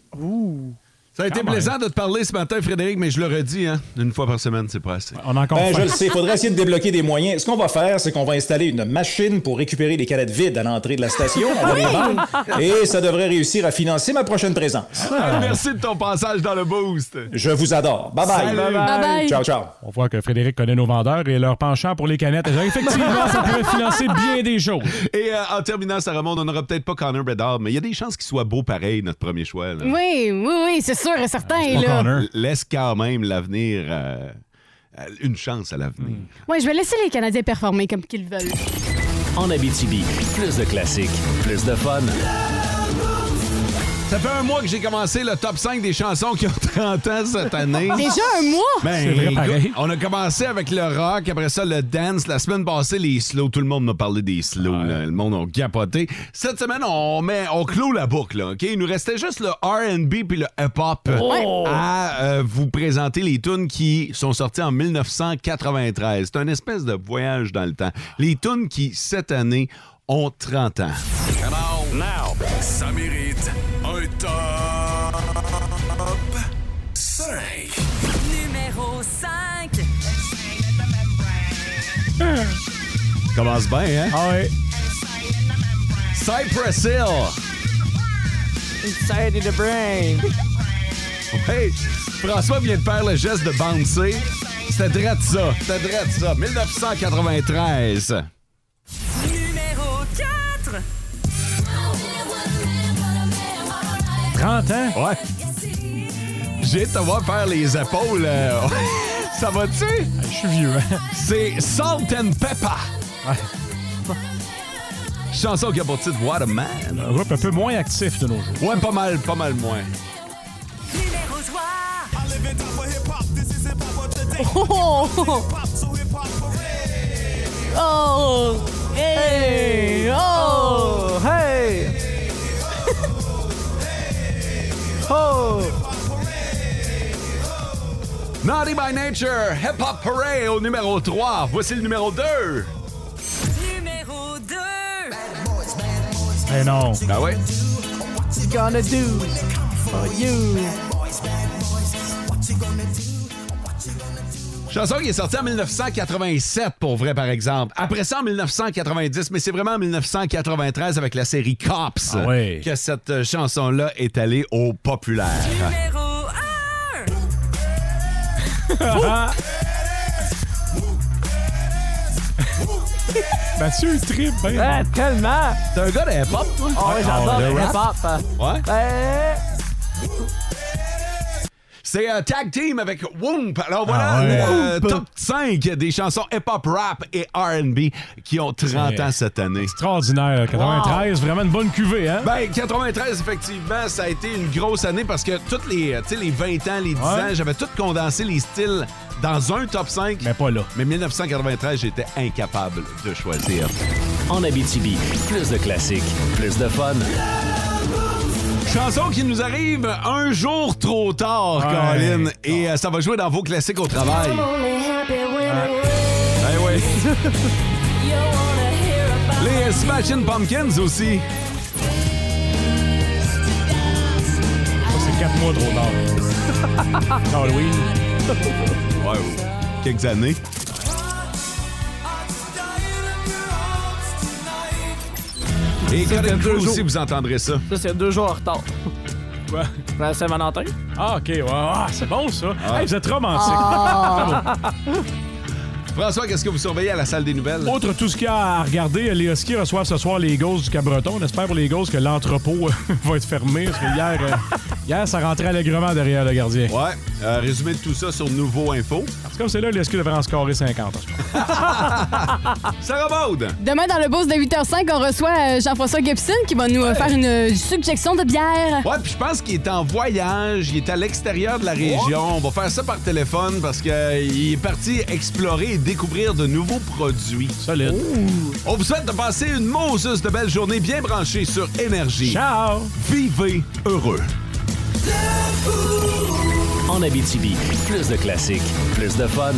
Ça a été
Quand même.
plaisant de te parler ce matin, Frédéric, mais je le redis, hein, une fois par semaine, c'est pas assez.
On a encore
Ben, je le sais, il faudrait essayer de débloquer des moyens. Ce qu'on va faire, c'est qu'on va installer une machine pour récupérer les canettes vides à l'entrée de la station. On va les vendre et ça devrait réussir à financer ma prochaine présence.
Merci de ton passage dans le boost.
Je vous adore. Bye bye.
Salut. Bye-bye.
Ciao, ciao.
On voit que Frédéric connaît nos vendeurs et leur penchant pour les canettes. Effectivement, ça pourrait financer bien des choses.
Et euh, en terminant, Sarah Maud, on n'aura peut-être pas Connor Bedard, mais il y a des chances qu'il soit beau pareil, notre premier choix. là.
Oui, oui, oui, c'est sûr et certain.
Pas
là.
Connor. Laisse quand même l'avenir, euh, euh, une chance à l'avenir.
Ouais, je vais laisser les Canadiens performer comme qu'ils veulent.
En Abitibi, plus de classiques, plus de fun.
Ça fait un mois que j'ai commencé le top 5 des chansons qui ont 30 ans cette année.
Déjà un mois?
Ben,
C'est vrai,
écoute,
pareil.
on a commencé avec le rock, après ça le dance. La semaine passée, les slow. Tout le monde m'a parlé des slow. là. Le monde a capoté. Cette semaine, on, met, on clôt la boucle. là, OK? Il nous restait juste le RB puis le hip-hop
Ouais.
à euh, vous présenter les tunes qui sont sorties en 1993. C'est un espèce de voyage dans le temps. Les tunes qui, cette année, ont 30 ans.
Come on. Now. Ça mérite un top 5.
Numéro 5.
Commence bien, hein?
Ah ouais.
Cypress Hill.
Inside the brain.
Hey, François vient de faire le geste de bouncer. C'était drette ça, c'était drette ça. 1993.
Numéro 4.
30 ans?
Ouais. J'ai hâte de te voir faire les épaules. euh, ça va-tu? Je suis vieux.
hein.
C'est Salt and Pepper. Chanson qui a pour titre What a Man. Un
groupe un peu moins actif de nos jours.
Ouais, pas mal, pas mal moins.
Numéro 3.
Oh!
Oh! Hey! Oh!
Hey!
Oh! Naughty by Nature, Hip Hop Parade au numéro 3. Voici le numéro 2.
Numéro 2.
Eh non.
Ben ouais.
Gonna do for you.
Chanson qui est sortie en 1987 pour vrai, par exemple. Après ça, en 1990, mais c'est vraiment en 1993 avec la série Cops
Ah ouais.
que cette euh, chanson-là est allée au populaire.
Numéro 1.
Mathieu, il trip, ben.
Ah, tellement!
T'es un gars de hip-hop, toi?
Ah ouais, j'adore
Ah,
le
le rap.
hip-hop.
Ouais?
Hey!
C'est euh, Tag Team avec Whoomp. Alors voilà
Ah ouais.
le euh,
Whoomp.
top 5 des chansons hip-hop, rap et R&B qui ont 30
Ouais.
ans cette année.
Extraordinaire. 93, vraiment une bonne cuvée, hein?
Ben, 93, effectivement, ça a été une grosse année parce que toutes les, euh, tu sais, les 20 ans, les 10 ans, j'avais tout condensé les styles dans un top 5. Mais
pas là.
Mais 1993, j'étais incapable de choisir.
En Abitibi, plus de classiques, plus de fun.
Chanson qui nous arrive un jour trop tard, Caroline. Et euh, ça va jouer dans vos classiques au travail. Ben oui. Les Smashing Pumpkins aussi.
C'est 4 mois trop tard. Halloween.
Ouais, ou quelques années. Et
Ça,
Colin
c'est
Crew
deux jours.
aussi, vous entendrez ça.
Ça, c'est deux jours en retard.
Quoi?
La Saint-Valentin.
Ah, OK. ouais. Ah, c'est bon, ça. Hey, vous êtes romantique.
Ah.
Ah.
François, qu'est-ce que vous surveillez à la salle des nouvelles?
Autre tout ce qu'il y a à regarder, les Huskies reçoivent ce soir les Ghosts du Cabreton. On espère pour les Ghosts que l'entrepôt va être fermé parce que hier, euh, hier, ça rentrait allègrement derrière le gardien.
Ouais. Euh, résumé de tout ça sur Nouveau Info.
C'est comme c'est là, les Huskies devraient en scorer 50.
Sarah Baud!
Demain, dans le boss de 8h05, on reçoit euh, Jean-François Gibson qui va nous euh, faire une euh, suggestion de bière.
Ouais, puis je pense qu'il est en voyage, il est à l'extérieur de la région. On va faire ça par téléphone parce qu'il est parti explorer et découvrir de nouveaux produits.
Solide.
On vous souhaite de passer une Moses de belle journée bien branchée sur Énergie.
Ciao!
Vivez heureux.
En Abitibi, plus de classiques, plus de fun.